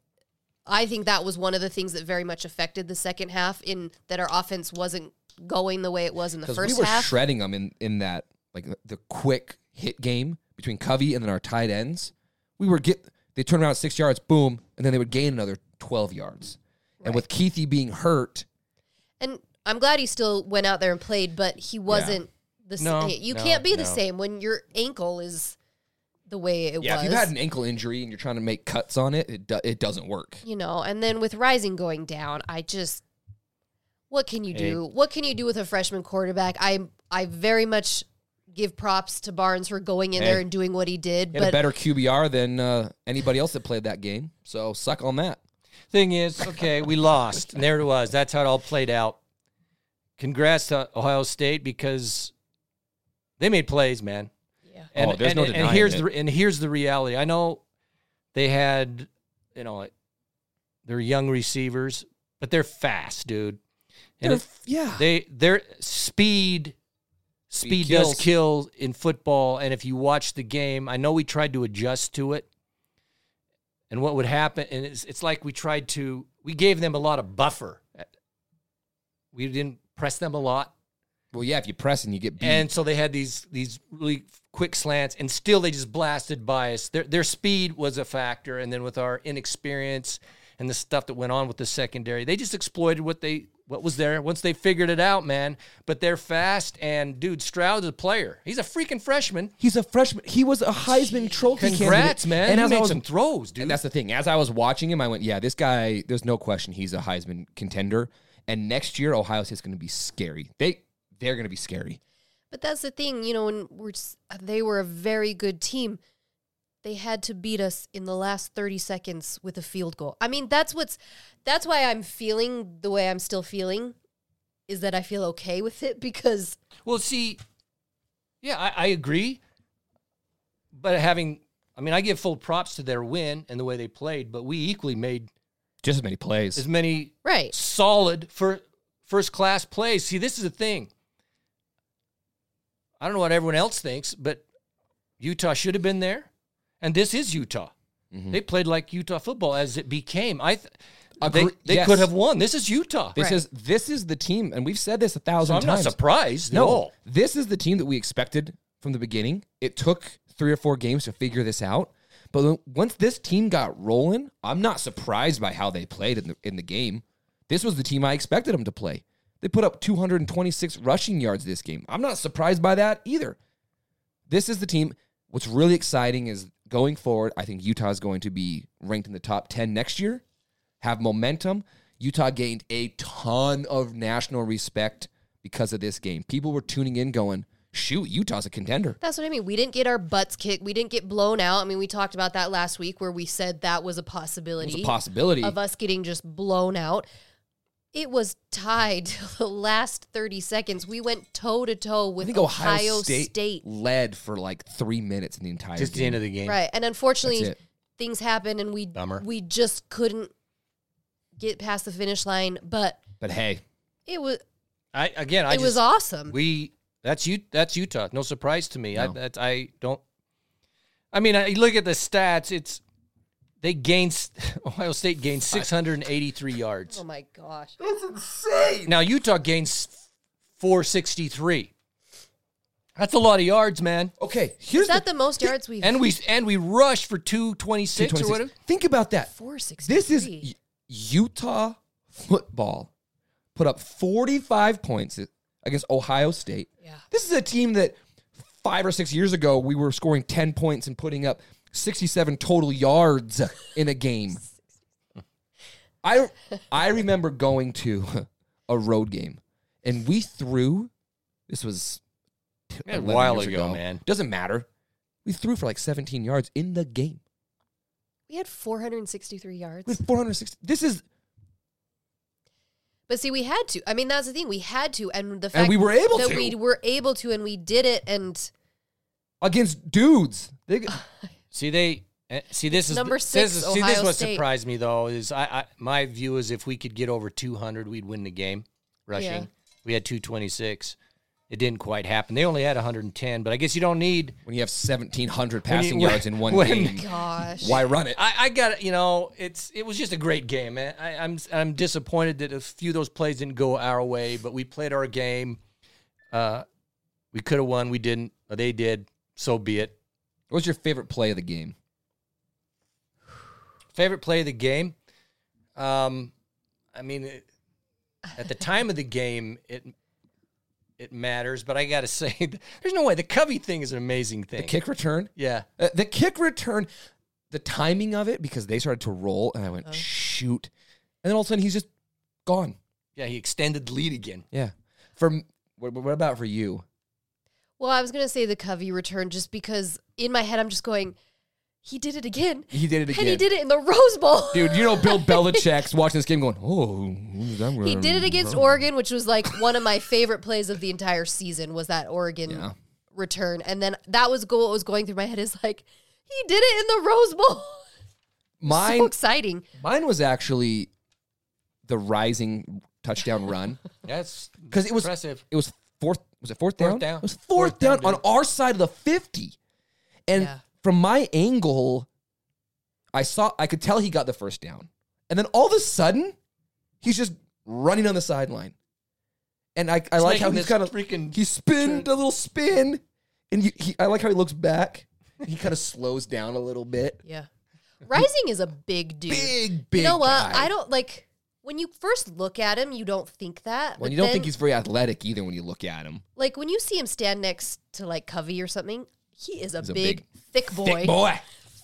A: I think that was one of the things that very much affected the second half in that our offense wasn't going the way it was in the
C: because
A: first
C: we were
A: half.
C: shredding them in in that like the, the quick hit game between Covey and then our tight ends. We were get they turn around at six yards, boom, and then they would gain another twelve yards. And with Keithy being hurt,
A: And I'm glad he still went out there and played, but he wasn't the
D: No,
A: same. You
D: no,
A: can't be the
D: no.
A: same when your ankle is the way it
C: if
A: was.
C: you've had an ankle injury and you're trying to make cuts on it, it do, it doesn't work.
A: you know, and then with Rising going down, I just what can you do? What can you do with a freshman quarterback? I I very much give props to Barnes for going in there and doing what he did,
C: He had a
A: but
C: better QBR than uh, anybody else that played that game, so suck on that.
D: Thing is, okay, we lost. And there it was. That's how it all played out. Congrats to Ohio State because they made plays, man.
A: Yeah.
D: And,
C: Oh, there's
D: and,
C: no
D: and
C: denying
D: here's
C: it.
D: the and here's the reality. I know they had, you know, like, they're young receivers, but they're fast, dude.
C: They're-
D: And if
C: yeah.
D: they their speed
C: Speed
D: speed does
C: kills.
D: kill in football. And if you watch the game, I know we tried to adjust to it. And what would happen? And it's, it's like we tried to, we gave them a lot of buffer. We didn't press them a lot,
C: Well, yeah, if you press and you get beat,
D: and so they had these these really quick slants, and still they just blasted by us. Their their speed was a factor, and then with our inexperience and the stuff that went on with the secondary, they just exploited what they what was there once they figured it out, man. But they're fast, and dude, Stroud's a player. He's a freaking freshman.
C: he's a freshman. He was a Heisman Trophy
D: Congrats,
C: candidate.
D: man! he
C: as I
D: made
C: was-
D: some throws,
C: [LAUGHS]
D: dude.
C: And that's the thing. As I was watching him, I went, "Yeah, this guy. There's no question he's a Heisman contender." And next year, Ohio State's going to be scary. They they're going to be scary.
A: But that's the thing, you know, when we're s- they were a very good team. They had to beat us in the last 30 seconds with a field goal. I mean, that's what's that's why I'm feeling the way I'm still feeling is that I feel okay with it [LAUGHS] because
D: Well, see, yeah, I, I agree. But having, I mean, I give full props to their win and the way they played, but we equally made
C: Just as many plays.
D: as many
A: right.
D: solid for first class plays. See, this is the thing. I don't know what everyone else thinks, but Utah should have been there, and this is Utah.
C: Mm-hmm.
D: They played like Utah football as it became. I th- they,
C: Agree-
D: they
C: yes.
D: could have won. This is Utah.
C: This
A: Right.
C: is this is the team, and we've said this a
D: so
C: thousand
D: I'm not
C: times.
D: surprised at all.
C: this is the team that we expected from the beginning. It took three or four games to figure this out, but when- once this team got rolling, I'm not surprised by how they played in the in the game. This was the team I expected them to play. They put up 226 rushing yards this game. I'm not surprised by that either. This is the team. What's really exciting is going forward. I think Utah is going to be ranked in the top 10 next year. Have momentum. Utah gained a ton of national respect because of this game. People were tuning in going, shoot, Utah's a contender.
A: That's what I mean. We didn't get our butts kicked. We didn't get blown out. I mean, we talked about that last week where we said that was a possibility.
C: It's a possibility.
A: of us getting just blown out. It was tied [LAUGHS] till the last 30 seconds. We went toe to toe
C: I
A: with
C: think
A: Ohio,
C: Ohio, State,
A: State.
C: led for like three minutes in the entire
D: Just the
C: game.
D: end of the game.
A: Right. And unfortunately,
C: That's it.
A: things happened and we
D: Bummer.
A: we just couldn't get past the finish line, but
C: but hey,
A: it was
D: I again, I
A: it was
D: just-
A: awesome.
D: We that's you that's Utah. No surprise to me. I that I don't. I mean, I you look at the stats. It's they gained [LAUGHS] Ohio State gained 683 yards.
A: oh my gosh.
D: Now Utah gains 463. That's a lot of yards, man.
C: okay, here's
A: Is that the most yards we've
D: And we and we rushed for 226 or
C: 226.
D: whatever.
C: Think about that.
A: 463.
C: This is U- Utah football. put up 45 points against Ohio State.
A: Yeah.
C: This is a team that five or six years ago we were scoring 10 points and putting up 67 total yards in a game. I I remember going to a road game and we threw this was t-
D: Yeah, a
C: 11
D: while
C: years
D: ago, man.
C: Doesn't matter. We threw for like 17 yards in the game.
A: We had 463 yards.
C: We had 460. This is
A: But see, we had to. I mean, that's the thing. We had to, and the fact
C: and we were able
A: that
C: to
A: we were able to, and we did it. And
C: against dudes. They,
D: See they eh, see this is
A: Number
D: the- this
A: six,
D: is- see this
A: Ohio
D: what
A: State.
D: surprised me though is I, I my view is if we could get over 200 we'd win the game rushing.
A: Yeah.
D: We had 226. It didn't quite happen. They only had 110, but I guess you don't need
C: [SIGHS] when you have 1700
D: you-
C: passing
D: when-
C: yards in one
D: when-
C: game,
A: [LAUGHS] gosh,
C: why run it?
D: I, I got you know it's it was just a great game man I, I'm I'm disappointed that a few of those plays didn't go our way but we played our game uh we could have won we didn't but they did so be it
C: What was your favorite play of the game?
D: favorite play of the game um I mean it, at the time of the game it it matters but I gotta [LAUGHS] say there's no way the Covey thing is an amazing thing
C: The kick return?
D: yeah
C: Uh, the kick return, the timing of it because they started to roll and I went shoot, and then all of a sudden he's just gone.
D: yeah he extended the lead again
C: Yeah. For m- what, what about for you?
A: Well, I was gonna say the Covey return, just because in my head I'm just going, he did it again,
C: He did it again.
A: and he did it in the Rose Bowl.
C: Dude, you know Bill Belichick's watching this game going, oh, who's that
A: [LAUGHS] he did it against Oregon, which was like one of my favorite plays of the entire season. Was that Oregon
C: Yeah.
A: return? And then that was go- what was going through my head is like, he did it in the Rose Bowl. [LAUGHS] so
C: Mine,
A: exciting.
C: mine was actually the rising touchdown run
D: that's
C: because it was
D: impressive
C: it was fourth was it fourth down?
D: Fourth down.
C: It was fourth,
D: Fourth
C: down,
D: down,
C: on
D: dude.
C: our side of the 50. And
A: Yeah.
C: from my angle, I saw I could tell he got the first down. And then all of a sudden, he's just running on the sideline. And I, I like how
D: making
C: he's
D: this
C: kind of
D: freaking
C: he spinned a little spin, and you, he, I like how he looks back. He kind of slows down a little bit.
A: Yeah, Rising is a big dude.
C: Big, big.
A: you know what?
C: guy.
A: I don't like when you first look at him, you don't think that.
C: Well,
A: but
C: you don't
A: then,
C: think he's very athletic either when you look at him.
A: like when you see him stand next to like Covey or something. He is a,
C: a
A: big, thick boy,
C: Thick boy.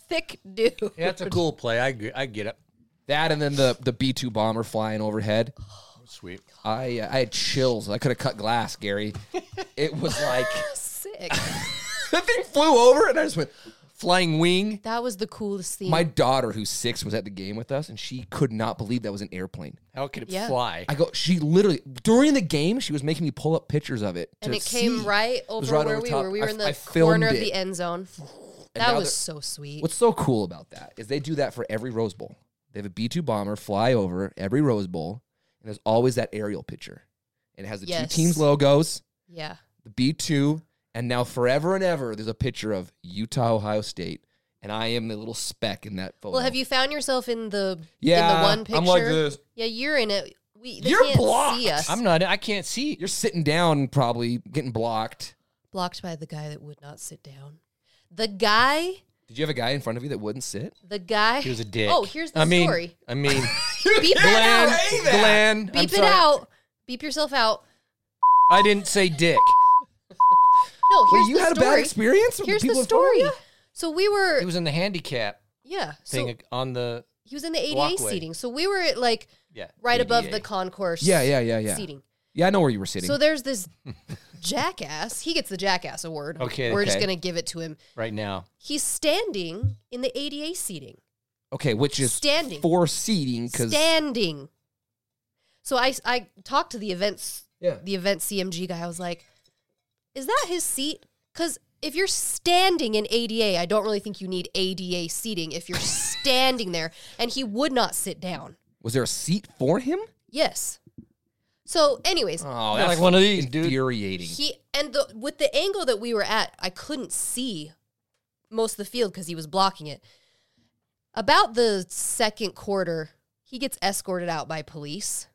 A: thick dude. [LAUGHS]
D: yeah, that's a cool play I agree. I get it
C: That and then the the B two bomber flying overhead.
D: sweet.
C: I uh, I had chills. I could have cut glass, Gary. It was
A: [LAUGHS]
C: like [LAUGHS]
A: Sick.
C: the thing flew over, and I just went.
D: Flying wing.
A: that was the coolest thing.
C: My daughter, who's six, was at the game with us, and she could not believe that was an airplane.
D: How could it
A: Yeah.
D: fly?
C: I go. She literally during the game, she was making me pull up pictures of it, to
A: and it
C: see.
A: came right
C: was
A: over
C: right
A: where
C: over
A: we
C: top.
A: were. We
C: I-
A: were in the
C: I filmed
A: corner of
C: it.
A: the end zone.
C: now
A: That was
C: they're-
A: so sweet.
C: What's so cool about that is they do that for every Rose Bowl. They have a B two bomber fly over every Rose Bowl, and there's always that aerial picture. And it has the
A: Yes.
C: two teams' logos,
A: Yeah.
C: the B two, and now forever and ever, there's a picture of Utah, Ohio State, and I am the little speck in that photo.
A: Well, have you found yourself in the in
C: Oh, Yeah,
A: the one picture?
C: I'm like this.
A: Yeah, you're in it. We they
C: You're
A: can't
C: blocked.
A: see us.
D: I'm not. I can't see.
C: You're sitting down, probably getting blocked.
A: blocked by the guy that would not sit down. The guy
C: Did you have a guy in front of you that wouldn't sit?
A: The guy.
D: [LAUGHS] He was a dick.
A: Oh, here's the
D: I mean,
C: [LAUGHS]
A: story.
D: I [LAUGHS] mean,
A: Beep it
D: Glenn,
A: out.
D: Glenn, I'm
A: Beep it
D: sorry.
A: out. Beep yourself out.
D: I didn't say dick.
A: No, here's
C: Wait, you
A: the
C: had
A: story.
C: a bad experience. with
A: Here's
C: people
A: the
C: in front of
A: story.
C: you?
A: So we were,
D: It was in the handicap
A: yeah. So
D: thing on the
A: he was in the ADA
D: walkway.
A: seating. So we were at like
D: yeah
A: right above
D: ADA.
A: the concourse.
C: Yeah, yeah, yeah, yeah.
A: Seating.
C: Yeah, I know where you were sitting.
A: So there's
D: [LAUGHS]
A: this jackass. He gets the jackass award.
D: Okay,
A: we're just
D: okay.
A: gonna give it to him.
D: right now.
A: He's standing in the ADA seating.
C: okay, which is
A: Standing.
C: for seating because
A: standing. So I I talked to the events
C: Yeah.
A: the event CMG guy. I was like, "Is that his seat?" Because if you're standing in ADA, I don't really think you need ADA seating if you're standing there. And he would not sit down.
C: was there a seat for him?
A: Yes. So, anyways,
C: Oh,
D: like one of these, dude.
C: infuriating.
A: he and the with the angle that we were at, I couldn't see most of the field because he was blocking it. About the second quarter, he gets escorted out by police.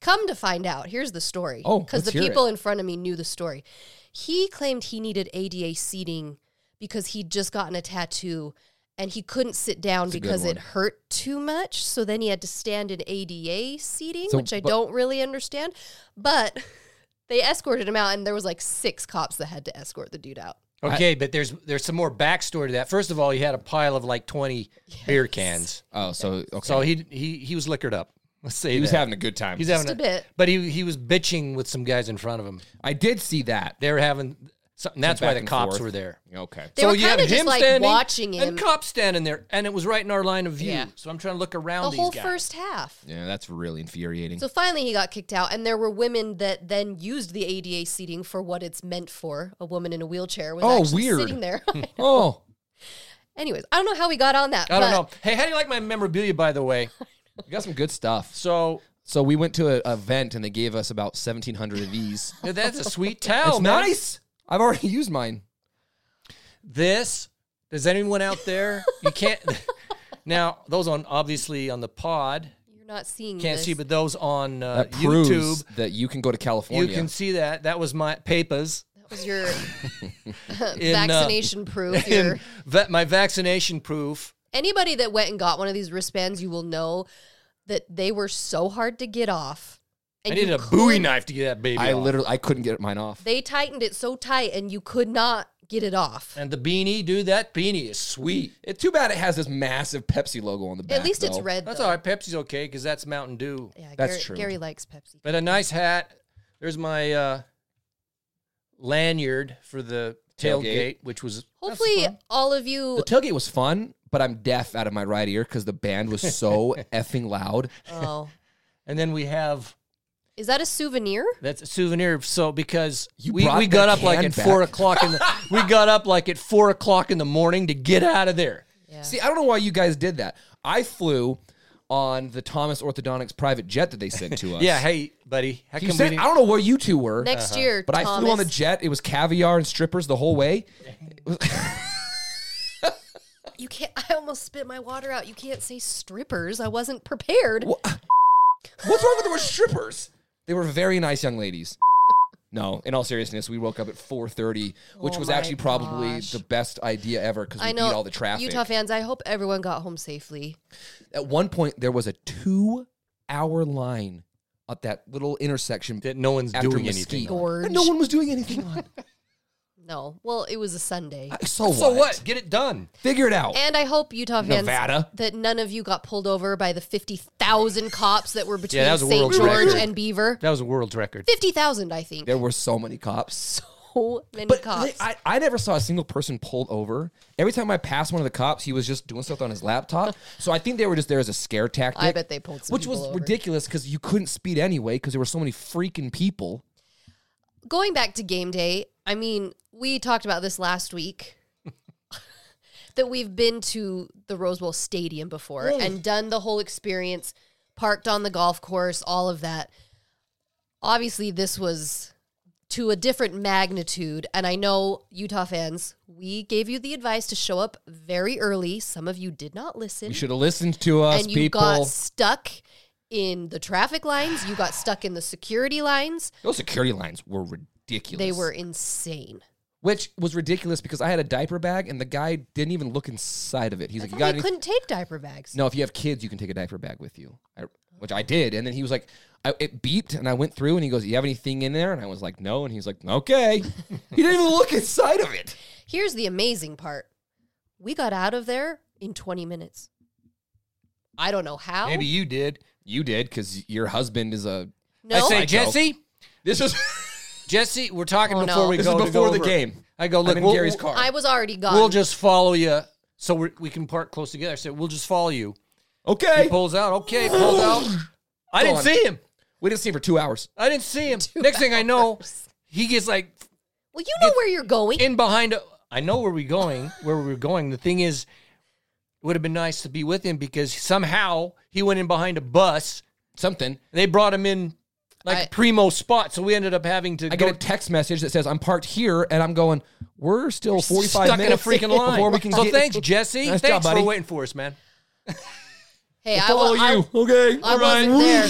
A: Come to find out, here's the story.
C: Oh,
A: because the
C: let's hear
A: people in front of me knew the story. He claimed he needed ADA seating because he'd just gotten a tattoo and he couldn't sit down
C: That's a good
A: because it
C: one.
A: hurt too much. So then he had to stand in ADA seating,
C: So,
A: which I
C: but-
A: don't really understand. But [LAUGHS] they escorted him out, and there was like six cops that had to escort the dude out.
D: Okay, but there's there's some more backstory to that. First of all, he had a pile of like twenty beer cans,
C: Oh, so okay.
D: so he he he was liquored up. Let's say
C: he was
D: that.
C: having a good time.
D: he's
A: Just
D: having
A: a bit.
D: but he he was bitching with some guys in front of him.
C: I did see that.
D: They were having something. That's
C: Some
D: why
C: back
D: the
C: and
D: cops
C: forth.
D: were there.
C: Okay.
A: They were
D: you have
A: kind of just
D: him
A: like
D: standing
A: watching him
D: and cops standing there, and it was right in our line of view.
A: Yeah.
D: So I'm trying to look around
A: the
D: these
A: whole
D: guys.
A: first half.
C: Yeah, that's really infuriating.
A: So finally, he got kicked out, and there were women that then used the ADA seating for what it's meant for. A woman in a wheelchair was
C: Oh,
A: actually
C: weird.
A: sitting
D: [LAUGHS]
A: there. [LAUGHS]
C: oh,
A: Anyways, I don't know how we got on that.
D: I don't
A: but
D: know. Hey, how do you like my memorabilia, by the way?
C: we got some good stuff.
D: So
C: So we went to a event and they gave us about seventeen hundred of
A: [LAUGHS]
C: these.
D: yeah, that's a sweet towel.
C: It's
D: man.
C: nice. I've already used mine.
D: This does anyone out there? You [LAUGHS] can't. now those on obviously on the pod
A: You're not seeing.
D: can't
A: this.
D: see, but those on uh,
C: That proves
D: YouTube
C: that you can go to
D: you
C: California.
D: can see that. That was my papers.
A: that was your
D: [LAUGHS] In, uh,
A: vaccination proof. Your,
D: [LAUGHS] in va- my vaccination proof.
A: anybody that went and got one of these wristbands, you will know that they were so hard to get off. And
D: I needed
A: you
D: a Bowie
A: could-
D: knife to get that baby.
C: I
D: off.
C: literally I couldn't get mine off.
A: They tightened it so tight, and you could not get it off.
D: and the beanie, dude. That beanie is sweet.
C: It's too bad it has this massive Pepsi logo on the back.
A: At least it's
C: though.
A: red.
D: That's
A: though.
D: all right. Pepsi's okay because that's Mountain Dew.
A: Yeah,
C: That's
A: Gary,
C: true.
A: Gary likes Pepsi.
D: But a nice hat. There's my uh, lanyard for the tailgate,
C: Tailgate.
D: which was
A: Hopefully, all of you
C: The tailgate was fun, but I'm deaf out of my right ear because the band was [LAUGHS] so effing loud.
A: Oh,
D: And then we have
A: is that a souvenir?
D: that's a souvenir. So because
C: You
D: we,
C: brought
D: we got
C: the
D: up like
C: can
D: at
C: back.
D: four o'clock
C: [LAUGHS]
D: in the, we got up like at four o'clock in the morning to get out of there.
A: Yeah.
C: See, I don't know why you guys did that. I flew on the Thomas Orthodontics private jet that they
A: [LAUGHS]
C: sent to us.
D: Yeah, hey buddy, how
C: You
D: come we
C: sent-
D: didn't-
C: I don't know where you two were,
D: Uh-huh.
A: Next year,
C: but I
A: Thomas,
C: flew on the jet. It was caviar and strippers the whole way.
A: You can't. I almost spit my water out. You can't say strippers. I wasn't prepared.
C: Wha- [LAUGHS] What's wrong with the word strippers? They were very nice young ladies. [LAUGHS] No, in all seriousness, we woke up at 4:30, which
A: Oh
C: was
A: my
C: actually probably
A: gosh.
C: the best idea ever because we
A: I know
C: beat all the traffic.
A: Utah fans. I hope everyone got home safely.
C: At one point, there was a two-hour line at that little intersection
D: that no one's
C: after
D: doing anything.
C: Mesquite.
D: on.
A: Gorge.
C: And no one was doing anything on.
A: No. Well, it was a Sunday.
C: So,
D: So what? Get it done.
C: Figure it out.
A: And I hope Utah fans
C: Nevada.
A: that none of you got pulled over by the fifty thousand cops that were between
D: that was a
A: St.
D: world
A: George
D: record.
A: and Beaver.
D: That was a world's record.
A: Fifty thousand, I think.
C: there were so many cops.
A: So many
C: But
A: cops.
C: they- I, I never saw a single person pulled over. Every time I passed one of the cops, he was just doing stuff on
A: [LAUGHS]
C: his laptop. So I think they were just there as a scare tactic.
A: I bet they pulled some
C: Which was
A: people over.
C: ridiculous because you couldn't speed anyway because there were so many freaking people.
A: going back to game day, I mean, we talked about this last
C: [LAUGHS]
A: week that we've been to the Rose Bowl Stadium before and done the whole experience, parked on the golf course, all of that. Obviously, this was to a different magnitude. And I know, Utah fans, we gave you the advice to show up very early. Some of you did not listen
C: You should have listened to us,
A: and you
C: people.
A: got stuck in the traffic lines, you got stuck in the security lines.
C: Those security lines were ridiculous.
A: They were insane.
C: Which was ridiculous because I had a diaper bag and the guy didn't even look inside of it. He's like,
A: I
C: You
A: thought
C: got
A: they
C: any
A: couldn't take diaper bags.
C: No, if you have kids, you can take a diaper bag with you, I, which I did. And then he was like, I, it beeped, and I went through, and he goes, "You have anything in there?" And I was like, "No." And he's like,
D: [LAUGHS]
C: "Okay." he didn't even look inside of it.
A: Here's the amazing part. We got out of there in 20 minutes. I don't know how.
D: Maybe you did.
C: You did because your husband is a.
A: no.
D: I say,
C: I
D: Jesse,
C: This is
D: Jesse, we're talking
A: Oh, no.
D: before
C: [LAUGHS]
D: we
C: this
D: [LAUGHS] go.
C: is
D: to
C: before
D: go
C: the
D: over.
C: game.
D: I go look
C: I'm in
D: we'll-
C: Gary's
D: we'll-
C: car.
A: I was already gone.
D: We'll just follow you, so we're, we can park close together. I said we'll just follow you.
C: okay.
D: He pulls out. Okay, pulls out. I didn't
C: Gone.
D: see him.
C: We didn't see him for two hours.
D: I
C: [LAUGHS]
D: didn't see him. Next thing I know, he gets like
A: well, you know where you're going.
D: in behind. a- I know where we're going. Where we were going. The thing is, it would have been nice to be with him because somehow he went in behind a bus.
C: Something.
D: They brought him in like
A: I-
D: a primo spot, so we ended up having to
C: I
D: go
C: get a text message that says I'm parked here, and I'm going. We're still 45
D: stuck in a
C: minutes
D: freaking line.
C: before we can
D: so
C: get.
D: thanks, Jesse.
C: Nice
D: thanks
C: job, buddy.
D: for waiting for us, man.
A: hey, I,
C: Follow
A: wa- I,
C: you, okay?
A: I wasn't there.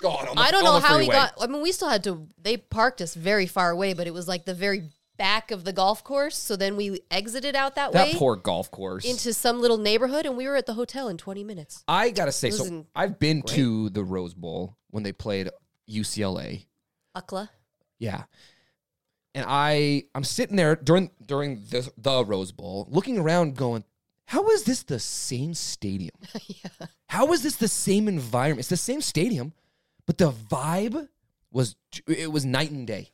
C: God, on the-
A: I don't
C: on
A: know
C: the
A: how we
C: freeway.
A: got. I mean, we still had to. They parked us very far away, but it was like the very back of the golf course. So then we exited out that,
C: That
A: way
C: poor golf course.
A: into some little neighborhood, and we were at the hotel in 20 minutes.
C: I gotta say, so
A: Listen,
C: I've been to the Rose Bowl when they played UCLA.
A: Akla.
C: Yeah. And I I'm sitting there during during the, the Rose Bowl looking around going, how is this the same stadium?
A: [LAUGHS] yeah.
C: How is this the same environment? It's the same stadium, but the vibe was it was night and day.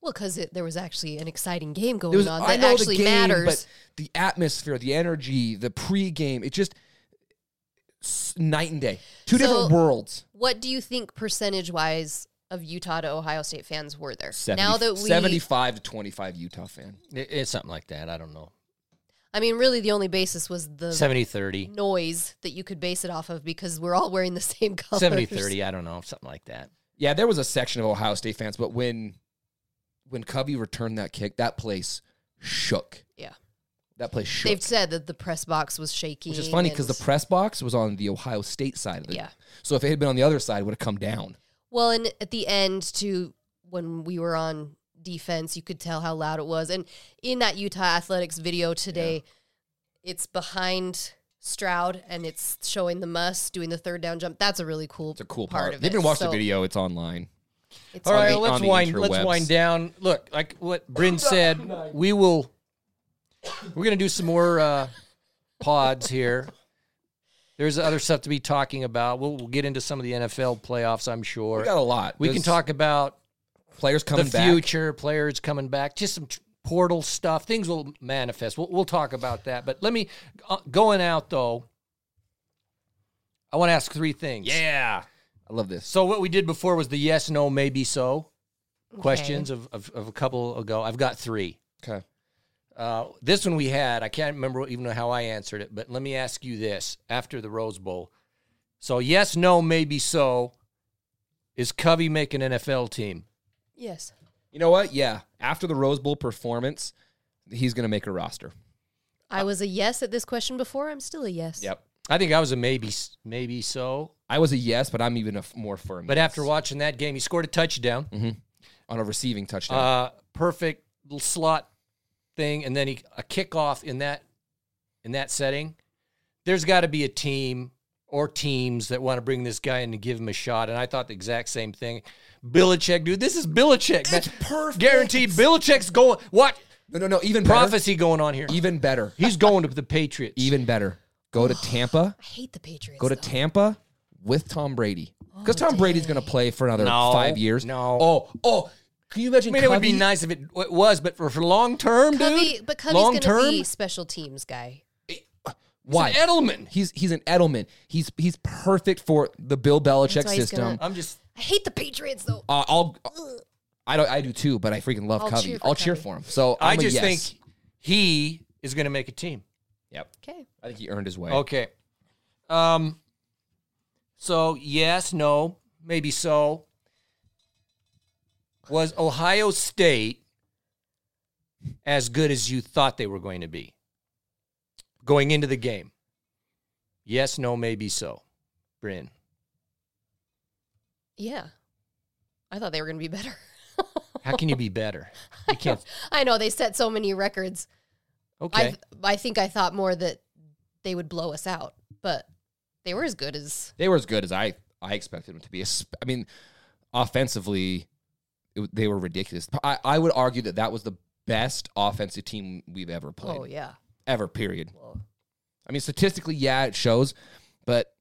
A: Well, because there was actually an exciting game going
C: It was
A: on
C: I
A: Oh, that
C: know
A: actually
C: the game,
A: matters.
C: but the atmosphere, the energy, the pregame, it just s- night and day. Two different
A: So-
C: worlds.
A: what do you think percentage wise of Utah to Ohio State fans were there?
C: 70,
A: now that we,
C: 75 to 25 Utah fan.
D: It- it's something like that. I don't know.
A: I mean, really the only basis was the
D: 70 30.
A: noise that you could base it off of because we're all wearing the [LAUGHS] same colors.
D: 70 30. I don't know. Something like that.
C: Yeah, there was a section of Ohio State fans, but when when Covey returned that kick, that place shook.
A: Yeah.
C: That place shook.
A: They've said that the press box was shaking.
C: which is funny
A: and-
C: because the press box was on the Ohio State side of it.
A: Yeah.
C: So if it had been on the other side, it would have come down.
A: Well, and at the end, too, when we were on defense, you could tell how loud it was. And in that Utah Athletics video today, it's behind Stroud and it's showing the must doing the third down jump. That's a really cool.
C: It's a cool part.
A: of
C: They've
A: it.
C: been watching
A: So
C: the video. It's online.
A: It's
D: All
A: on
D: right,
A: the-
C: the- on
D: let's
C: the
D: wind. Let's
C: interwebs.
D: wind down. Look, like what Bryn said, we will. We're gonna do some more uh, pods here. There's other stuff to be talking about. We'll, we'll get into some of the NFL playoffs, I'm sure.
C: We got a lot.
D: We can
C: There's
D: talk about
C: players coming
D: the
C: back.
D: future, players coming back, just some t- portal stuff. Things will manifest. We'll, we'll talk about that. But let me uh, going out though. I want to ask three things.
C: Yeah. I love this.
D: So what we did before was the yes, no, maybe so questions of, of, of a couple ago. I've got three.
C: Okay.
D: Uh, this one we had, I can't remember even how I answered it, but let me ask you this after the Rose Bowl. So yes, no, maybe so. Is Covey making an NFL team?
A: Yes.
C: You know what? Yeah. After the Rose Bowl performance, he's going to make a roster.
A: I was a yes at this question before. I'm still a yes.
D: I think I was a maybe, s- maybe so.
C: I was a yes, but I'm even a f- more firm.
D: But
C: yes.
D: after watching that game, he scored a touchdown,
C: on a receiving touchdown,
D: uh, perfect little slot thing, and then he a kickoff in that in that setting. There's got to be a team or teams that want to bring this guy in and give him a shot. And I thought the exact same thing. Billichick, dude, this is Billichick. That's perfect. Guaranteed. Billichick's going. What
C: no, no, no. Even
D: prophecy going on here?
C: better. Even better.
D: He's going to the Patriots.
C: Even better. Go to Tampa.
A: I hate the Patriots.
C: Go to
A: though.
C: Tampa with Tom Brady
A: Oh,
C: because Tom Brady's going to play for another
D: No,
C: five years.
D: no.
C: Oh, oh. Can you
D: I
C: imagine?
D: mean, it would be
C: Covey-
D: nice if it w- was, but for, for long term,
A: Covey,
D: dude.
A: but Covey's
D: long
A: going to
D: term,
A: be special teams guy.
C: Why?
D: He's an Edelman.
C: He's he's an Edelman. He's he's perfect for the Bill Belichick
A: That's why he's
C: system.
A: gonna-
D: I'm just
A: I hate the Patriots though.
C: Uh, I'll. I don't. I do too, but I freaking love
A: I'll
C: Covey.
A: cheer for
C: I'll cheer
A: Covey.
C: for him. So
D: i
C: I'm a
D: just
C: yes.
D: think he is going to make a team.
C: Yep.
A: Okay.
C: I think he earned his way.
D: Okay. Um. So yes, no, maybe so. Was Ohio State as good as you thought they were going to be going into the game? Yes, no, maybe so. Bryn,
A: Yeah. I thought they were going to be better. [LAUGHS]
D: how can you be better? You can't.
C: [LAUGHS]
A: I know they set so many records.
D: Okay.
A: I I think I thought more that they would blow us out, but they were as good as
C: They were as good as I I expected them to be. Es- I mean, offensively, it, w- they were ridiculous. I, I would argue that that was the best offensive team we've ever played.
A: oh yeah.
C: Ever. Period.
A: Well,
C: I mean, statistically, yeah, it shows, but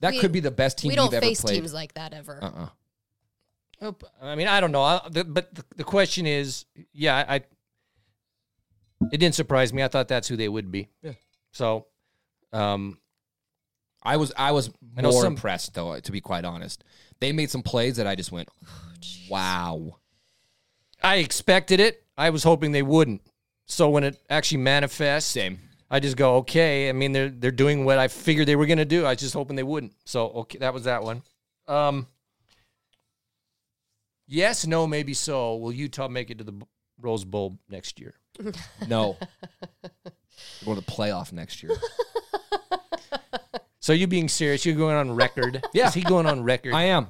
C: that
A: We-
C: could be the best team
A: we don't
C: we've ever
A: face
C: played.
A: teams like that ever.
C: uh-uh.
D: Oh, p- I mean, I don't know. I, the, but the, the question is, yeah, I. It didn't surprise me. I thought that's who they would be.
C: Yeah.
D: So, um,
C: I was I was
D: I know
C: more
D: some-
C: impressed though, to be quite honest. They made some plays that I just went,
A: Oh,
C: wow.
D: I expected it. I was hoping they wouldn't. So when it actually manifests,
C: Same.
D: I just go, okay. I mean, they're they're doing what I figured they were gonna do. I was just hoping they wouldn't. So okay, that was that one. Um, yes, no, maybe so. Will Utah make it to the B- Rose Bowl next year?
A: [LAUGHS]
C: No. We're going to the playoff next year.
D: So you being serious? You're going on record?
C: [LAUGHS] Yeah.
D: Is he going on record?
C: I am.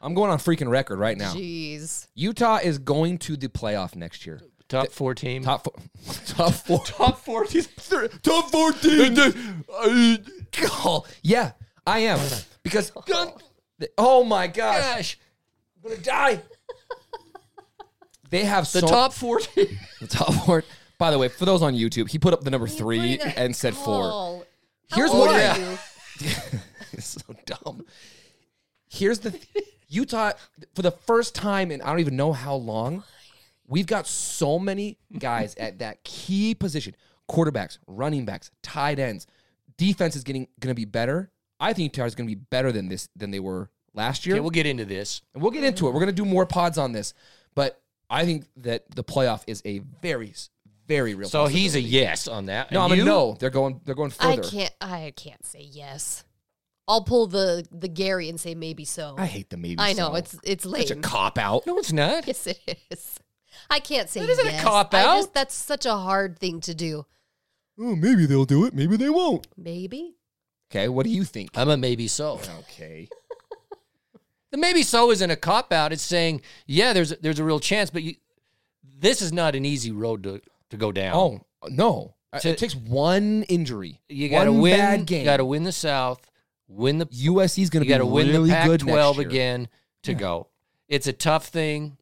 C: I'm going on freaking record right now.
A: Jeez.
C: Utah is going to the playoff next year.
D: Top four team.
C: Top four. [LAUGHS] Top four.
D: [LAUGHS] top four team.
C: Top 14. oh, yeah, I am.
D: [LAUGHS]
C: Because, oh my gosh,
D: Gosh,
C: I'm going to die. They have
D: the
C: so,
D: top four team.
C: [LAUGHS] the top four. By the way, for those on YouTube, he put up the number three
A: Bring it
C: and said
D: Oh.
C: four.
A: all. How
C: Here's
A: old
C: what-
A: are
C: Yeah.
A: you?
C: [LAUGHS] It's so dumb. Here's the th- Utah for the first time in I don't even know how long. We've got so many guys at that key position: quarterbacks, running backs, tight ends. Defense is getting going to be better. I think Utah is going to be better than this than they were last year.
D: Okay, we'll get into this.
C: And we'll get into it. We're going to do more pods on this, but I think that the playoff is a very, very real.
D: So he's a
C: possibility.
D: yes on that.
C: No,
D: And
C: I'm a
D: you?
C: no. They're going. They're going
A: I
C: further.
A: can't. I can't say yes. I'll pull the the Gary and say maybe so.
C: I hate the maybe.
A: I know
C: so.
A: it's it's late.
C: such a cop out.
D: No, it's
A: [LAUGHS]
D: not.
A: Yes, it is. I can't say
D: That isn't a
A: yes.
D: cop
A: I
D: out.
A: just- that's such a hard thing to do.
C: Oh, maybe they'll do it. Maybe they won't.
A: Maybe.
C: Okay, what do you think?
D: I'm a maybe so.
C: Okay.
D: The maybe so isn't a cop out. It's saying, yeah, there's there's a real chance, but you, this is not an easy road to, to go down.
C: Oh no!
D: To-
C: it takes one injury.
D: you got to
C: one
D: win.
C: Bad game.
D: You got to win the South. Win the.
C: USC's going
D: You
C: to be
D: got to win
C: really
D: the Pac
C: good next
D: 12
C: year.
D: again to go. It's a tough thing.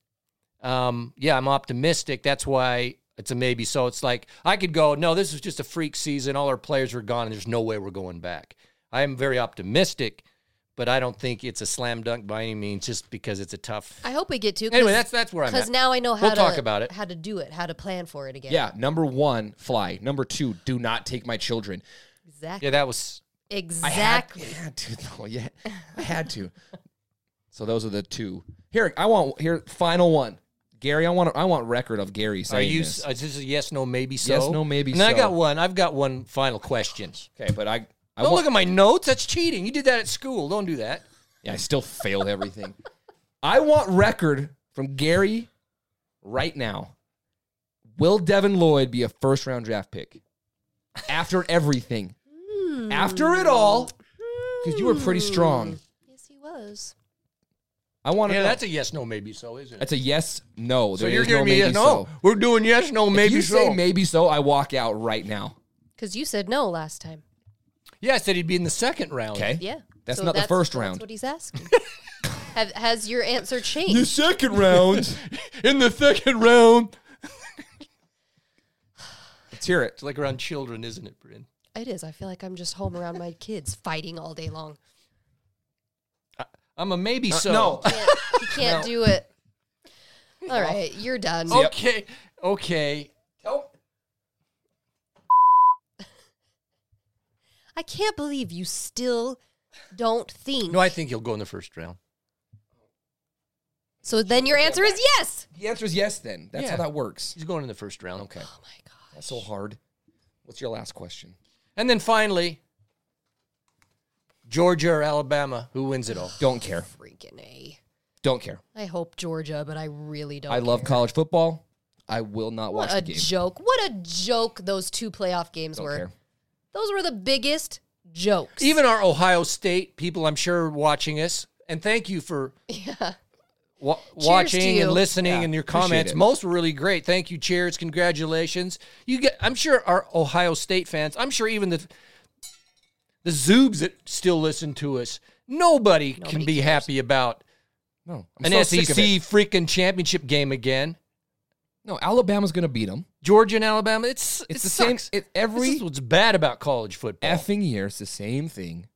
D: Um, yeah, I'm optimistic. That's why it's a maybe. So it's like I could go. No, this was just a freak season. All our players were gone, and there's no way we're going back. I am very optimistic, but I don't think it's a slam dunk by any means. Just because it's a tough.
A: I hope we get to.
D: Anyway, that's that's where I'm
A: because
D: at.
A: now I know how
D: We'll
A: to
D: talk about it.
A: how to do it, how to plan for it again.
C: Yeah. Number one, fly. Number two, do not take my children.
A: exactly.
D: Yeah, that was
A: Exactly.
C: I had, [LAUGHS] yeah, dude, no, yeah, I had to. So those are the two. Here, I want here final one. Gary, I want I want record of Gary
D: Are
C: saying
D: you?
C: this.
D: Is this a yes, no, maybe so?
C: Yes, no, maybe
D: And then I
C: so.
D: got one. I've got one final question.
C: okay, but I I
D: Don't
C: want,
D: look at my notes. That's cheating. You did that at school. Don't do that.
C: yeah, I still failed everything. I want record from Gary right now. Will Devin Lloyd be a first round draft pick? After everything. After it all. Because you were pretty strong.
A: Yes, he was.
C: I want to
D: Yeah,
C: know.
D: that's a yes, no, maybe so, isn't it?
C: That's a yes, no.
D: So
C: There
D: you're
C: is
D: giving
C: no
D: me
C: maybe
D: yes, no.
C: so.
D: We're doing yes, no,
C: If
D: maybe
C: you
D: so.
C: say maybe so, I walk out right now.
A: Because you said no last time.
D: yeah, I said he'd be in the second round.
C: Okay.
A: Yeah.
C: That's not the first round.
A: That's what he's asking. Have, has your answer changed?
C: second round. [LAUGHS]
D: In the second round.
C: Let's hear it.
D: It's like around children, isn't it, Bryn?
A: It is. I feel like I'm just home around my kids fighting all day long.
D: I'm a maybe so.
C: Uh, no.
A: Can't, he can't do
D: [LAUGHS]
A: it. All right, you're done.
D: okay. Okay.
A: I can't believe you still don't think.
D: No, I think he'll go in the first round.
A: so then your answer is yes.
C: The answer is yes. Then that's
D: Yeah.
C: how that works.
D: He's going in the first round.
C: Okay.
A: Oh my god.
C: That's so hard. What's your last question?
D: And then finally, Georgia or Alabama, who wins it all?
C: Don't care.
A: Freaking A.
C: Don't care.
A: I hope Georgia, but I really don't.
C: I love
A: care.
C: college football. I will not
A: What
C: watch
A: a
C: the game.
A: joke. What a joke those two playoff games
C: Don't
A: were.
C: care.
A: Those were the biggest jokes.
D: Even our Ohio State people, I'm sure, are watching us. And thank you for
A: [LAUGHS] yeah.
D: wa-
A: to
D: watching
A: you.
D: and listening
C: Yeah,
D: and your
C: appreciate
D: comments.
C: it.
D: Most were really great. Thank you. Cheers. Congratulations. You get. I'm sure our Ohio State fans. I'm sure even the the Zoobs that still listen to us. Nobody, can
A: Nobody
D: be
A: cares.
D: happy about
C: No,
D: an
C: I'm so
D: SEC
C: sick of it.
D: freaking championship game again.
C: No, Alabama's gonna beat them.
D: Georgia and Alabama. It's
C: It's
D: it
C: the same-
D: sucks.
C: it- every-
D: This is what's bad about college football.
C: Effing year, it's the same thing.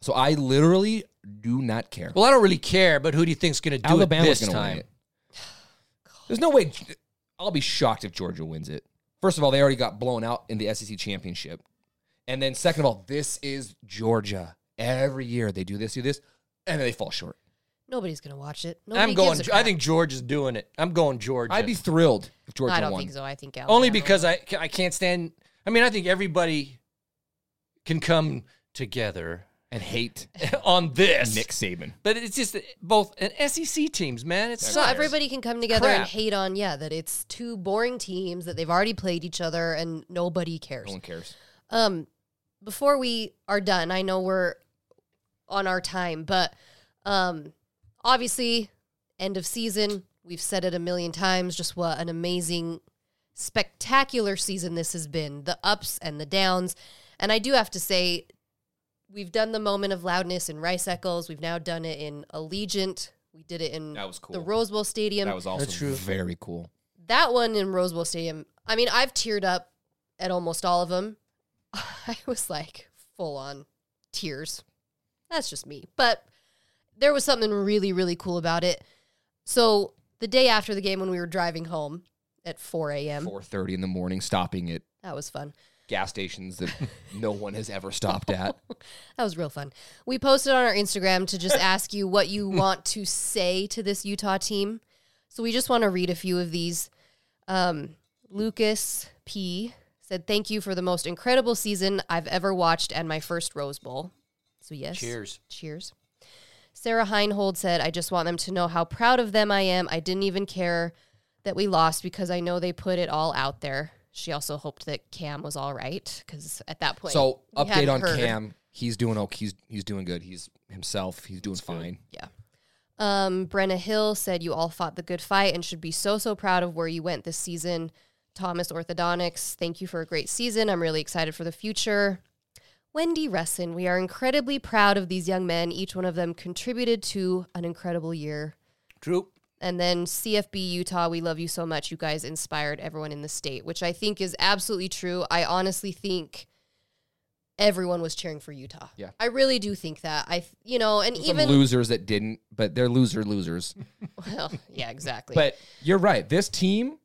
C: So I literally do not care.
D: well, I don't really care, but who do you think's going to do
C: Alabama's
D: it this
C: gonna
D: time?
C: win it. [SIGHS] There's no way. I'll be shocked if Georgia wins it. First of all, they already got blown out in the SEC championship, and then second of all, this is Georgia. Every year they do this, do this, and then they fall short.
A: Nobody's gonna watch it. Nobody
D: I'm going.
A: Gives a
D: I
A: crap.
D: think Georgia's doing it. I'm going Georgia.
C: I'd be thrilled if Georgia
A: I don't
C: won.
A: think so. I think Alabama.
D: only because I I can't stand. I mean, I think everybody can come together
C: And hate
D: on this,
C: Nick Saban.
D: but it's just that both and SEC teams, man. It's
A: So everybody can come together and
D: Crap.
A: hate on yeah that it's two boring teams that they've already played each other and nobody cares.
C: No one cares.
A: Um, before we are done, I know we're on our time, but um, obviously, end of season. We've said it a million times. Just what an amazing spectacular season this has been, the ups and the downs. And I do have to say, we've done the moment of loudness in Rice Eccles. We've now done it in Allegiant. We did it in
C: That was cool.
A: the Rose Bowl Stadium.
C: That was also
D: That's true.
C: very cool.
A: that one in Rose Bowl Stadium. I mean, I've teared up at almost all of them. [LAUGHS] I was like full on tears. That's just me. But there was something really, really cool about it. So the day after the game, when we were driving home at 4 a.m.,
C: Four thirty in the morning, stopping at
A: that was fun.
C: gas
A: [LAUGHS]
C: stations that no one has ever stopped at.
A: That was real fun. We posted on our Instagram to
C: [LAUGHS]
A: just ask you what you want to say to this Utah team. So we just want to read a few of these. Um, Lucas P said, Thank you for the most incredible season I've ever watched and my first Rose Bowl. So, yes.
D: Cheers.
A: Cheers. Sarah Heinhold said, I just want them to know how proud of them I am. I didn't even care that we lost because I know they put it all out there. She also hoped that Cam was all right because at that point,
C: So
A: we hadn't
C: update on
A: heard.
C: Cam. He's doing okay. He's he's doing good. He's himself. He's doing fine.
A: Yeah. Um, Brenna Hill said you all fought the good fight and should be so so proud of where you went this season. Thomas Orthodontics, thank you for a great season. I'm really excited for the future. Wendy Resson, we are incredibly proud of these young men. Each one of them contributed to an incredible year.
D: True.
A: And then CFB Utah, we love you so much. You guys inspired everyone in the state, which I think is absolutely true. I honestly think everyone was cheering for Utah.
C: Yeah.
A: I really do think that. I, th- you know, and
C: Some
A: even
C: losers that didn't, but they're loser losers.
A: [LAUGHS] Well, Oh, yeah, exactly.
C: But you're right. This team,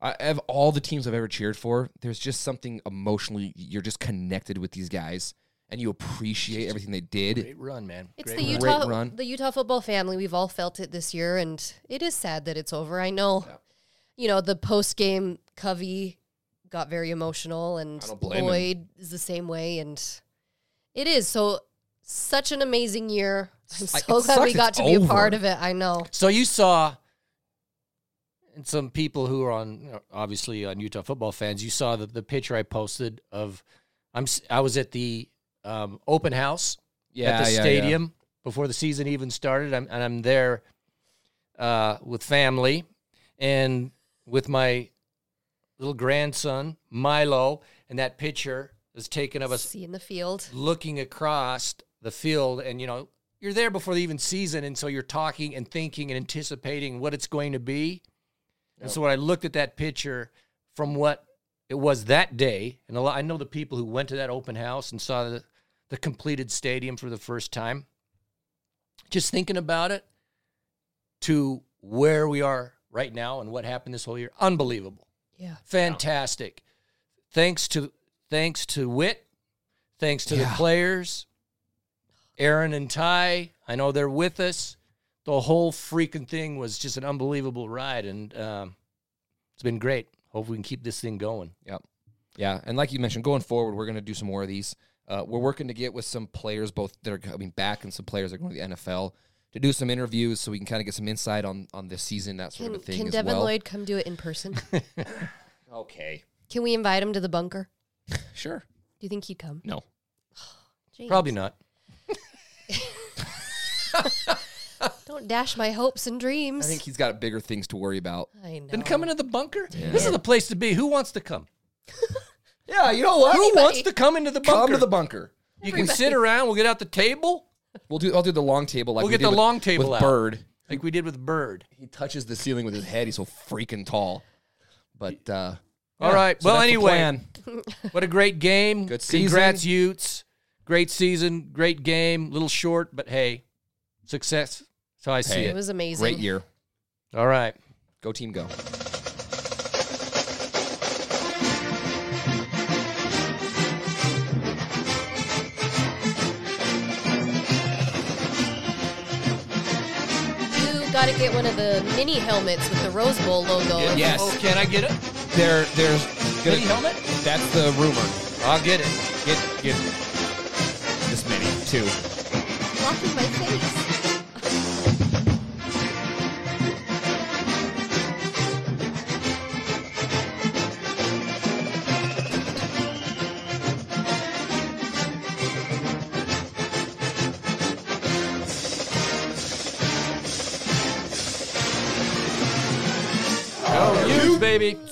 C: I, of all the teams I've ever cheered for, there's just something emotionally. You're just connected with these guys, and you appreciate everything they did.
D: Great run, man.
A: it's the
D: Great
C: run.
D: run.
A: Utah
C: Great run.
A: the Utah football family. We've all felt it this year and it is sad that it's over. I know you know, the post game Covey got very emotional and
C: I don't blame him.
A: Lloyd is the same way and it is. So such an amazing year. I'm
C: I-
A: so
C: it
A: glad we
C: sucks
A: got
C: it's
A: to be a part
C: over.
A: of it. I know.
D: So you saw, and some people who are on you know, obviously on Utah football fans, you saw the, the picture I posted of I'm s- I was at the um, open house at the stadium before the season even started. I'm, and I'm there uh, with family and with my little grandson Milo, and that picture is taken of us
A: See in the field.
D: looking across the field and you know you're there before the even season and so you're talking and thinking and anticipating what it's going to be and so when i looked at that picture from what it was that day and a lot, i know the people who went to that open house and saw the, the completed stadium for the first time just thinking about it to where we are right now and what happened this whole year unbelievable
A: Yeah.
D: fantastic. Thanks to thanks to Wit, thanks to the
C: Yeah.
D: players, Aaron and Ty. I know they're with us. The whole freaking thing was just an unbelievable ride, and um, it's been great. Hope we can keep this thing going.
C: Yep. Yeah, and like you mentioned, going forward, we're going to do some more of these. Uh, we're working to get with some players, both that are coming back and some players that are going to the NFL, to do some interviews so we can kind of get some insight on on this season, that sort
A: Can
C: of thing.
A: can
C: as
A: Devin
C: well.
A: Lloyd come do it in
C: [LAUGHS]
A: person?
C: Okay.
A: can we invite him to the bunker?
C: Sure.
A: Do you think he'd come?
C: No.
A: James,
D: Probably not.
A: Don't dash my hopes and
C: I
A: dreams.
C: think he's got bigger things to worry about.
A: I know.
D: Then coming to the bunker. This is the place to be. Who wants to come?
C: Yeah, you know what?
D: Who wants to come into the bunker?
C: Come to the bunker.
D: you can sit around. We'll get out the table
C: We'll do. I'll do the long table. Like
D: We'll
C: we
D: get
C: did
D: the
C: with-
D: long table
C: with
D: out.
C: Bird.
D: like we did with Bird.
C: He touches the ceiling with his head. He's so freaking tall. But uh,
D: All right.
C: so
D: well,
C: that's the
D: anyway.
C: plan.
D: What a great game.
C: Good
D: Congrats,
C: season.
D: Utes. Great season. Great game. Little short, but hey, success. That's how I see
C: Hey.
A: it
D: it.
A: was amazing.
C: great year.
D: All right.
C: Go team, go.
A: You gotta get one of the mini helmets with the Rose Bowl logo.
C: Yes.
D: Oh, can I get it?
C: There, there's
D: Mini
C: gonna,
D: helmet?
C: That's the rumor.
D: I'll get it.
C: Get get this many too.
A: Blocking my face.
D: Oh, Go Utes, baby.